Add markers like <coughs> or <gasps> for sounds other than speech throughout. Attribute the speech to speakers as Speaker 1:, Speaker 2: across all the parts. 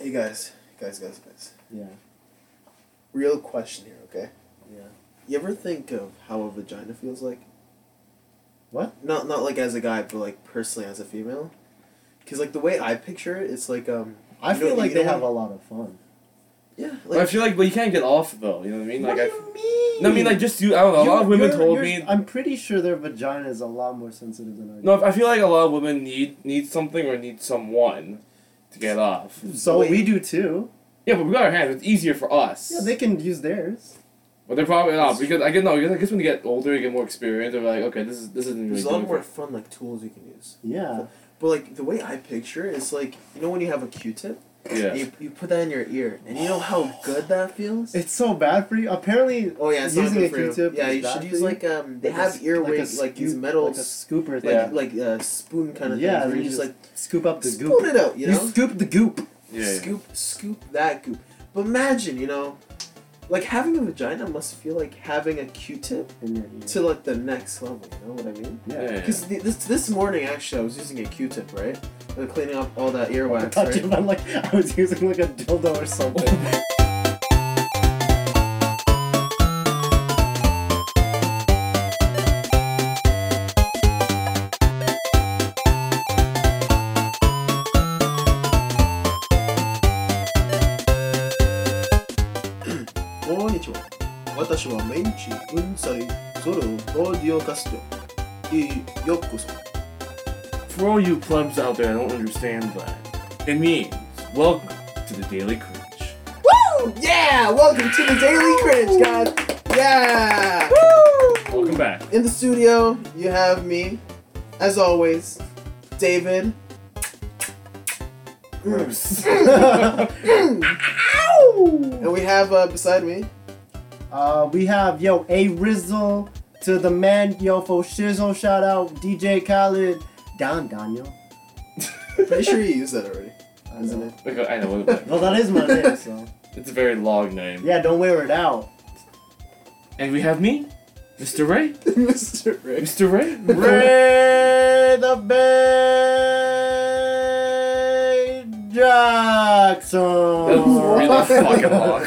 Speaker 1: you guys, guys, guys, guys.
Speaker 2: Yeah.
Speaker 1: Real question here, okay?
Speaker 2: Yeah.
Speaker 1: You ever think of how a vagina feels like?
Speaker 2: What?
Speaker 1: Not not like as a guy, but like personally as a female. Cause like the way I picture it, it's like um.
Speaker 2: I
Speaker 1: you
Speaker 2: feel
Speaker 1: know-
Speaker 2: like
Speaker 1: you
Speaker 2: they
Speaker 1: know
Speaker 2: have
Speaker 1: what-
Speaker 2: a lot of fun.
Speaker 1: Yeah.
Speaker 3: But I
Speaker 1: Like.
Speaker 3: feel like, but you can't get off though. You know what I mean?
Speaker 1: What
Speaker 3: Like
Speaker 1: do
Speaker 3: I,
Speaker 1: you mean?
Speaker 3: no, I mean like just you. I don't know. A lot
Speaker 2: You're-
Speaker 3: of women
Speaker 2: you're-
Speaker 3: told
Speaker 2: you're-
Speaker 3: me.
Speaker 2: I'm pretty sure their vagina is a lot more sensitive than ours.
Speaker 3: no, I feel like a lot of women need need something or need someone to get off.
Speaker 2: So
Speaker 1: Wait.
Speaker 2: we do too.
Speaker 3: Yeah, but we got our hands. It's easier for us.
Speaker 2: Yeah, they can use theirs.
Speaker 3: But they're probably not because I get no. Because I guess when you get older, you get more experience. They're like, okay, this is this isn't really.
Speaker 1: There's a lot
Speaker 3: doing
Speaker 1: more
Speaker 3: for-
Speaker 1: fun like tools you can use.
Speaker 2: Yeah.
Speaker 1: But like the way I picture it, it's like you know when you have a Q-tip,
Speaker 3: Yeah.
Speaker 1: you, you put that in your ear, and you know how good that feels.
Speaker 2: It's so bad for you. Apparently,
Speaker 1: Oh yeah, it's not
Speaker 2: using
Speaker 1: good
Speaker 2: a
Speaker 1: for you.
Speaker 2: Q-tip
Speaker 1: Yeah,
Speaker 2: is
Speaker 1: you
Speaker 2: bad
Speaker 1: should
Speaker 2: for
Speaker 1: use
Speaker 2: you.
Speaker 1: like um. They
Speaker 2: like a
Speaker 1: have
Speaker 2: s-
Speaker 1: ear
Speaker 2: like a
Speaker 1: wigs, like these
Speaker 2: scoop-
Speaker 1: metal,
Speaker 2: like a
Speaker 1: s-
Speaker 2: scoop or
Speaker 1: like
Speaker 3: Yeah.
Speaker 1: like uh, spoon kind of
Speaker 2: Yeah,
Speaker 1: things.
Speaker 2: and
Speaker 1: Where you
Speaker 2: you
Speaker 1: just
Speaker 2: just
Speaker 1: like
Speaker 2: scoop up the
Speaker 1: spoon
Speaker 2: goop.
Speaker 1: it out, you know.
Speaker 2: scoop the goop.
Speaker 3: Yeah.
Speaker 1: Scoop, scoop that goop. But imagine, you know, like having a vagina must feel like having a Q-tip
Speaker 2: In your ear.
Speaker 1: to like the next level. You know what I mean?
Speaker 3: Yeah. yeah.
Speaker 1: Because this this morning actually, I was using a Q-tip, right? And cleaning up all
Speaker 3: <laughs>
Speaker 1: that
Speaker 2: I
Speaker 1: earwax,
Speaker 2: thought
Speaker 1: right?
Speaker 2: you meant like I was using like a dildo
Speaker 1: <laughs>
Speaker 2: or something.
Speaker 1: Konnichiwa. Watashi wa Menchi Unsai Soro Audio Castro. I yokoso.
Speaker 3: For all you plebs out there, I don't understand that. It means welcome to the Daily Cringe.
Speaker 1: Woo! Yeah! Welcome to the Daily Cringe, guys! Yeah!
Speaker 3: Welcome back.
Speaker 1: In the studio, you have me, as always, David. <laughs>
Speaker 3: Gross.
Speaker 2: <laughs>
Speaker 1: And we have uh, beside me,
Speaker 2: Uh, we have yo A Rizzle to the man yo for Shizzle shout out DJ Khaled Don Daniel.
Speaker 1: pretty
Speaker 3: <laughs>
Speaker 1: sure you used that already,
Speaker 2: I
Speaker 1: isn't
Speaker 2: know.
Speaker 1: it?
Speaker 3: Okay, I know what it
Speaker 2: Well, that is my name, so
Speaker 3: It's a very long name.
Speaker 2: yeah, don't wear it out.
Speaker 3: And we have me, Mr. Ray.
Speaker 1: <laughs> Mr. Rick.
Speaker 3: Mr. Ray.
Speaker 1: <laughs>
Speaker 2: Ray the Bay
Speaker 3: That was
Speaker 2: Jackson.
Speaker 3: really
Speaker 1: Why?
Speaker 3: fucking long.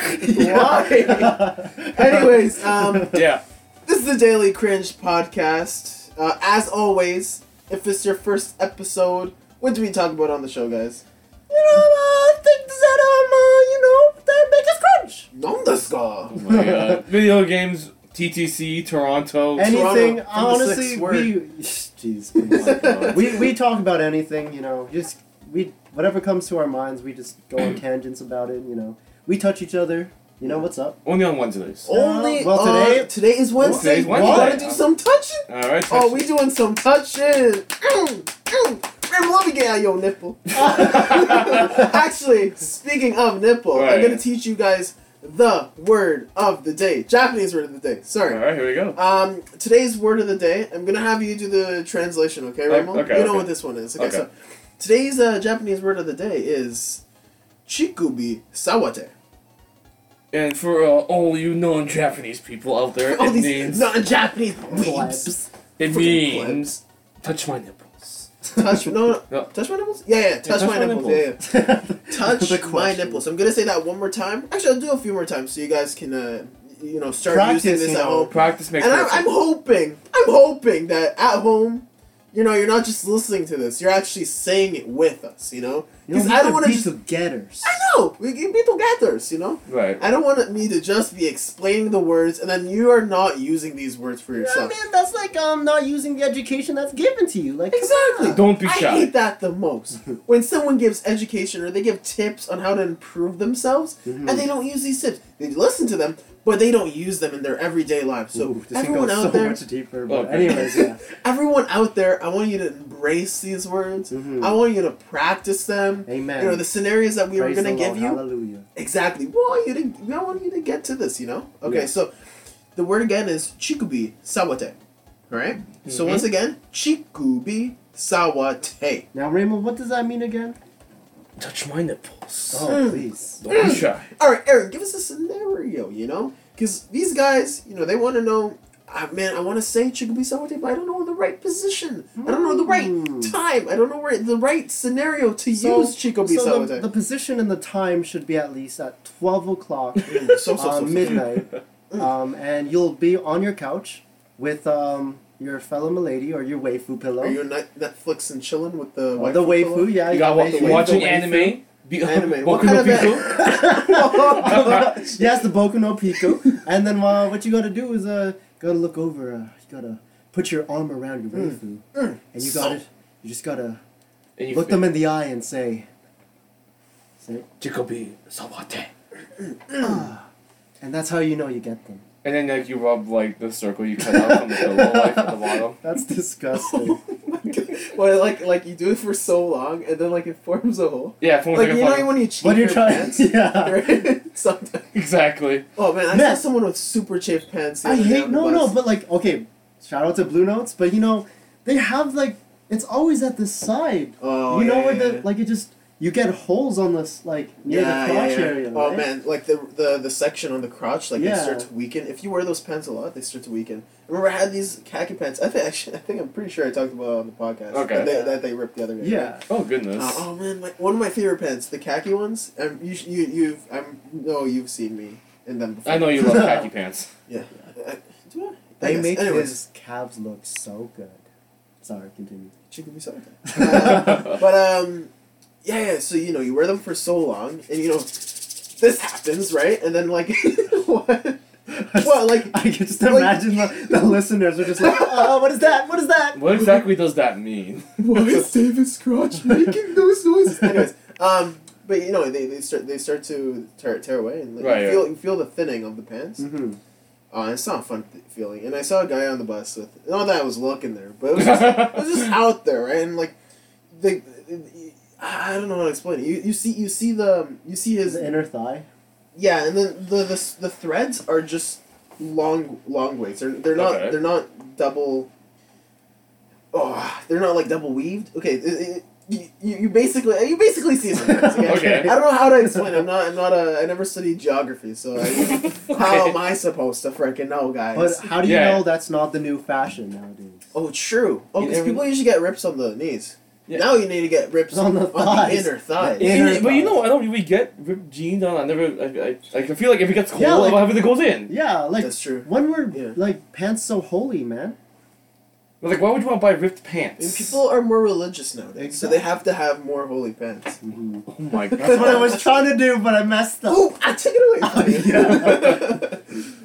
Speaker 2: <laughs>
Speaker 1: Why? <laughs> Anyways, um,
Speaker 3: Yeah.
Speaker 1: This is the Daily Cringe podcast. Uh, as always, if it's your first episode, what do we talk about on the show, guys?
Speaker 2: you know, uh, things that um, uh, you know, that make us cringe.
Speaker 3: Oh
Speaker 1: Nondeska.
Speaker 3: my god. Video games, TTC, Toronto.
Speaker 2: Anything,
Speaker 1: Toronto, from the
Speaker 2: honestly,
Speaker 1: sixth
Speaker 2: we,
Speaker 1: word.
Speaker 2: <laughs> jeez, come
Speaker 1: <laughs>
Speaker 2: on. <laughs> we we talk about anything, you know. Just we whatever comes to our minds, we just go
Speaker 1: <clears throat>
Speaker 2: on tangents about it. You know, we touch each other. You know what's up?
Speaker 3: Only on Wednesdays.
Speaker 1: Only
Speaker 2: Well,
Speaker 1: on-
Speaker 2: today-
Speaker 1: today is Wednesday.
Speaker 3: Today's
Speaker 1: We gotta
Speaker 3: Wednesday.
Speaker 1: do some touching.
Speaker 3: Alright.
Speaker 1: Oh,
Speaker 3: <laughs>
Speaker 1: we doing some <coughs> touching. Mm, mm. Rim, let me get out your nipple. Actually, speaking of nipple, I'm
Speaker 3: Right.
Speaker 1: gonna teach you guys the word of the day. Japanese word of the day. Sorry.
Speaker 3: Alright, here we go.
Speaker 1: Um, today's word of the day. I'm gonna have you do the translation, okay, Ramon?
Speaker 3: okay,
Speaker 1: you know
Speaker 3: okay.
Speaker 1: what this one is. Okay,
Speaker 3: Okay.
Speaker 1: so today's uh, Japanese word of the day is chikubi sawate.
Speaker 3: And for uh, all you non Japanese people out there,
Speaker 1: All
Speaker 3: it
Speaker 1: these
Speaker 3: means.
Speaker 1: non-Japanese weebs.
Speaker 2: Plebs.
Speaker 3: It
Speaker 1: Freaking
Speaker 3: means. Touch my nipples.
Speaker 2: <laughs>
Speaker 1: touch no,
Speaker 3: No.
Speaker 1: no, touch my nipples. Yeah, yeah, touch, my, nipples. Yeah, yeah. touch
Speaker 2: <laughs> The
Speaker 1: my
Speaker 2: question.
Speaker 1: nipples. I'm gonna say that one more time. Actually, I'll do a few more times so you guys can, uh, you know, start
Speaker 2: Practice,
Speaker 1: using this
Speaker 2: you
Speaker 1: at
Speaker 2: know.
Speaker 1: home.
Speaker 3: Practice makes
Speaker 1: and I'm,
Speaker 3: perfect.
Speaker 1: I'm hoping, I'm hoping that at home, you know, you're not just listening to this, you're actually saying it with us, you know?
Speaker 2: You know,
Speaker 1: Because
Speaker 2: we
Speaker 1: I don't
Speaker 2: could
Speaker 1: want
Speaker 2: be
Speaker 1: to just.
Speaker 2: together.
Speaker 1: I know! We can be togethers, you know?
Speaker 3: Right.
Speaker 1: I don't want me to just be explaining the words and then you are not using these words for
Speaker 2: Yeah,
Speaker 1: yourself.
Speaker 2: man, that's like um not using the education that's given to you. Like
Speaker 1: Exactly.
Speaker 3: Don't be shy.
Speaker 1: I hate that the most. when someone gives education or they give tips on how to improve themselves
Speaker 2: Mhm.
Speaker 1: and they don't use these tips. They listen to them, but they don't use them in their everyday lives. So
Speaker 2: Ooh, this
Speaker 1: everyone
Speaker 2: can go
Speaker 1: out
Speaker 2: so
Speaker 1: there
Speaker 2: much deeper. But
Speaker 3: Okay.
Speaker 2: anyways, yeah.
Speaker 1: <laughs> everyone out there, I want you to embrace these words.
Speaker 2: Mhm.
Speaker 1: I want you to practice them.
Speaker 2: Amen.
Speaker 1: You know the scenarios that we
Speaker 2: Praise
Speaker 1: were
Speaker 2: the
Speaker 1: gonna give
Speaker 2: Lord,
Speaker 1: you.
Speaker 2: Hallelujah.
Speaker 1: Exactly. We want you to. We want you to get to this. You know. Okay.
Speaker 2: Yeah.
Speaker 1: So, the word again is chikubi sawate. All right? So
Speaker 2: Mm-hmm.
Speaker 3: Mhm.
Speaker 1: once again, chikubi sawate.
Speaker 2: Now, Raymond, what does that mean again?
Speaker 3: Touch my nipples.
Speaker 2: Oh,
Speaker 1: Mm.
Speaker 2: please.
Speaker 3: Don't be shy.
Speaker 1: All right, Aaron, give us a scenario. You know, because these guys, you know, they want to know I, man, I want to say chicken beef saute, but I don't know the right position. I don't know the right
Speaker 2: Mm.
Speaker 1: time. I don't know where the right scenario to
Speaker 2: So-
Speaker 1: use chicken beef
Speaker 2: so
Speaker 1: saute.
Speaker 2: the, the position and the time should be at least at 12 o'clock
Speaker 1: Mm, so, so, so,
Speaker 2: uh,
Speaker 1: so.
Speaker 2: midnight, um, and you'll be on your couch with um, your fellow milady or your waifu pillow.
Speaker 1: Are you on Net- Netflix and chilling with the
Speaker 2: Uh, the waifu, yeah.
Speaker 3: You got
Speaker 2: the
Speaker 3: wa-
Speaker 2: waifu,
Speaker 3: watching
Speaker 2: the
Speaker 3: anime.
Speaker 2: waifu.
Speaker 3: Be,
Speaker 1: Anime. What
Speaker 3: Boku
Speaker 1: kind of
Speaker 3: no
Speaker 1: anime?
Speaker 3: Pico.
Speaker 2: <laughs> yes, the Boku no Pico. And then uh, what you gotta do is uh, gotta look over. Uh, you gotta put your arm around your
Speaker 1: Mm.
Speaker 2: waifu,
Speaker 1: Mm.
Speaker 2: and you
Speaker 1: So-
Speaker 2: gotta you just gotta
Speaker 3: And you
Speaker 2: look them in the eye and say, say,
Speaker 3: Jacoby Sawate.
Speaker 2: ah, and that's how you know you get them.
Speaker 3: And then like you rub like the circle you cut out
Speaker 1: <laughs>
Speaker 2: <laughs>
Speaker 3: from the pillow like at the bottom.
Speaker 2: That's <laughs> disgusting.
Speaker 1: well, like like you do it for so long, and then like it forms a hole.
Speaker 3: Yeah, if it was
Speaker 1: Like
Speaker 3: like
Speaker 1: you
Speaker 3: a
Speaker 1: know
Speaker 3: fucking-
Speaker 1: when you cheat
Speaker 2: Oh what you're
Speaker 1: your
Speaker 2: trying?
Speaker 1: pants.
Speaker 2: <laughs> Yeah.
Speaker 1: <laughs> Right? Sometimes.
Speaker 3: exactly.
Speaker 1: Oh man, I
Speaker 2: Man.
Speaker 1: saw someone with super chafed pants. the
Speaker 2: I
Speaker 1: other day
Speaker 2: hate
Speaker 1: on the
Speaker 2: no no,
Speaker 1: bus.
Speaker 2: but like okay, shout out to Blue Notes, but you know they have like it's always at the side.
Speaker 1: Oh,
Speaker 2: you know
Speaker 1: yeah,
Speaker 2: where
Speaker 1: yeah,
Speaker 2: the
Speaker 1: yeah.
Speaker 2: like it just you get holes on this like near
Speaker 1: yeah,
Speaker 2: the crotch
Speaker 1: yeah, yeah.
Speaker 2: area.
Speaker 1: Oh
Speaker 2: right?
Speaker 1: man, like the the the section on the crotch, like they
Speaker 2: Yeah.
Speaker 1: start to weaken. If you wear those pants a lot, they start to weaken. Remember, I had these khaki pants. I think actually, I think I'm pretty sure I talked about it on the podcast.
Speaker 3: Okay.
Speaker 1: That they, that they ripped the other day.
Speaker 2: Yeah.
Speaker 3: Oh goodness.
Speaker 1: Uh, oh man, my, one of my favorite pants, the khaki ones. Um, you sh- you you've I'm no, you've seen me in them before.
Speaker 3: I know you love khaki pants.
Speaker 1: <laughs> Yeah. I- do I? I
Speaker 2: They
Speaker 1: guess.
Speaker 2: make
Speaker 1: Anyways,
Speaker 2: his calves look so good. Sorry, continue. <laughs>
Speaker 1: chicken be sorry.
Speaker 3: <laughs>
Speaker 1: Uh, but um, yeah, yeah. So you know, you wear them for so long, and you know, this happens, right? And then like, <laughs> what? <laughs> Well, like,
Speaker 2: I can just
Speaker 1: like-
Speaker 2: imagine the,
Speaker 1: <laughs>
Speaker 2: the listeners are just like, oh, what is that? What is that?
Speaker 3: What exactly does
Speaker 2: <laughs>
Speaker 3: that mean?
Speaker 1: why is David Scratch making those noises? <laughs> Anyways, um, but you know, they, they start they start to tear, tear away, and like,
Speaker 3: Right,
Speaker 1: you
Speaker 3: yeah.
Speaker 1: feel you feel the thinning of the pants.
Speaker 2: Mm-hmm.
Speaker 1: Uh, it's not a fun th- feeling. And I saw a guy on the bus with not that I was looking there, but it was just, it was just out there, right? And like, the, I I don't know how to explain it. You, you see you see the um, you see his
Speaker 2: His inner thigh.
Speaker 1: yeah, and then the the, s- the threads are just long long waves. They're they're not
Speaker 3: Okay.
Speaker 1: they're not double. Oh, they're not like double weaved. Okay, it, it, you, you basically you basically see some threads. Okay?
Speaker 3: <laughs> Okay.
Speaker 1: I don't know how to explain. it. I'm not I'm not a I never studied geography, so
Speaker 3: <laughs>
Speaker 1: I, how
Speaker 3: Okay.
Speaker 1: am I supposed to freaking know, guys?
Speaker 2: But how do you
Speaker 3: Yeah.
Speaker 2: know that's not the new fashion nowadays?
Speaker 1: Oh, true. Oh,
Speaker 3: You
Speaker 1: because
Speaker 3: never-
Speaker 1: people usually get rips on the knees.
Speaker 3: Yeah.
Speaker 1: Now you need to get rips
Speaker 2: On the thighs.
Speaker 1: inner thighs.
Speaker 2: The inner-
Speaker 3: You- but you know, I don't really get ripped jeans on. I never. I, I, I feel like if it gets cold,
Speaker 2: Yeah, like-
Speaker 3: everything goes in.
Speaker 2: Yeah, like
Speaker 1: That's true.
Speaker 2: When were
Speaker 1: Yeah.
Speaker 2: like pants so holy, man?
Speaker 3: Like, why would you want to buy ripped
Speaker 1: I mean,
Speaker 3: pants?
Speaker 1: people are more religious nowadays, so they have to have more holy pants.
Speaker 3: Oh
Speaker 2: <laughs>
Speaker 3: my god.
Speaker 2: That's what
Speaker 3: <laughs>
Speaker 2: I was trying to do, but I messed up.
Speaker 1: Oh, I took it away from you.
Speaker 2: Yeah.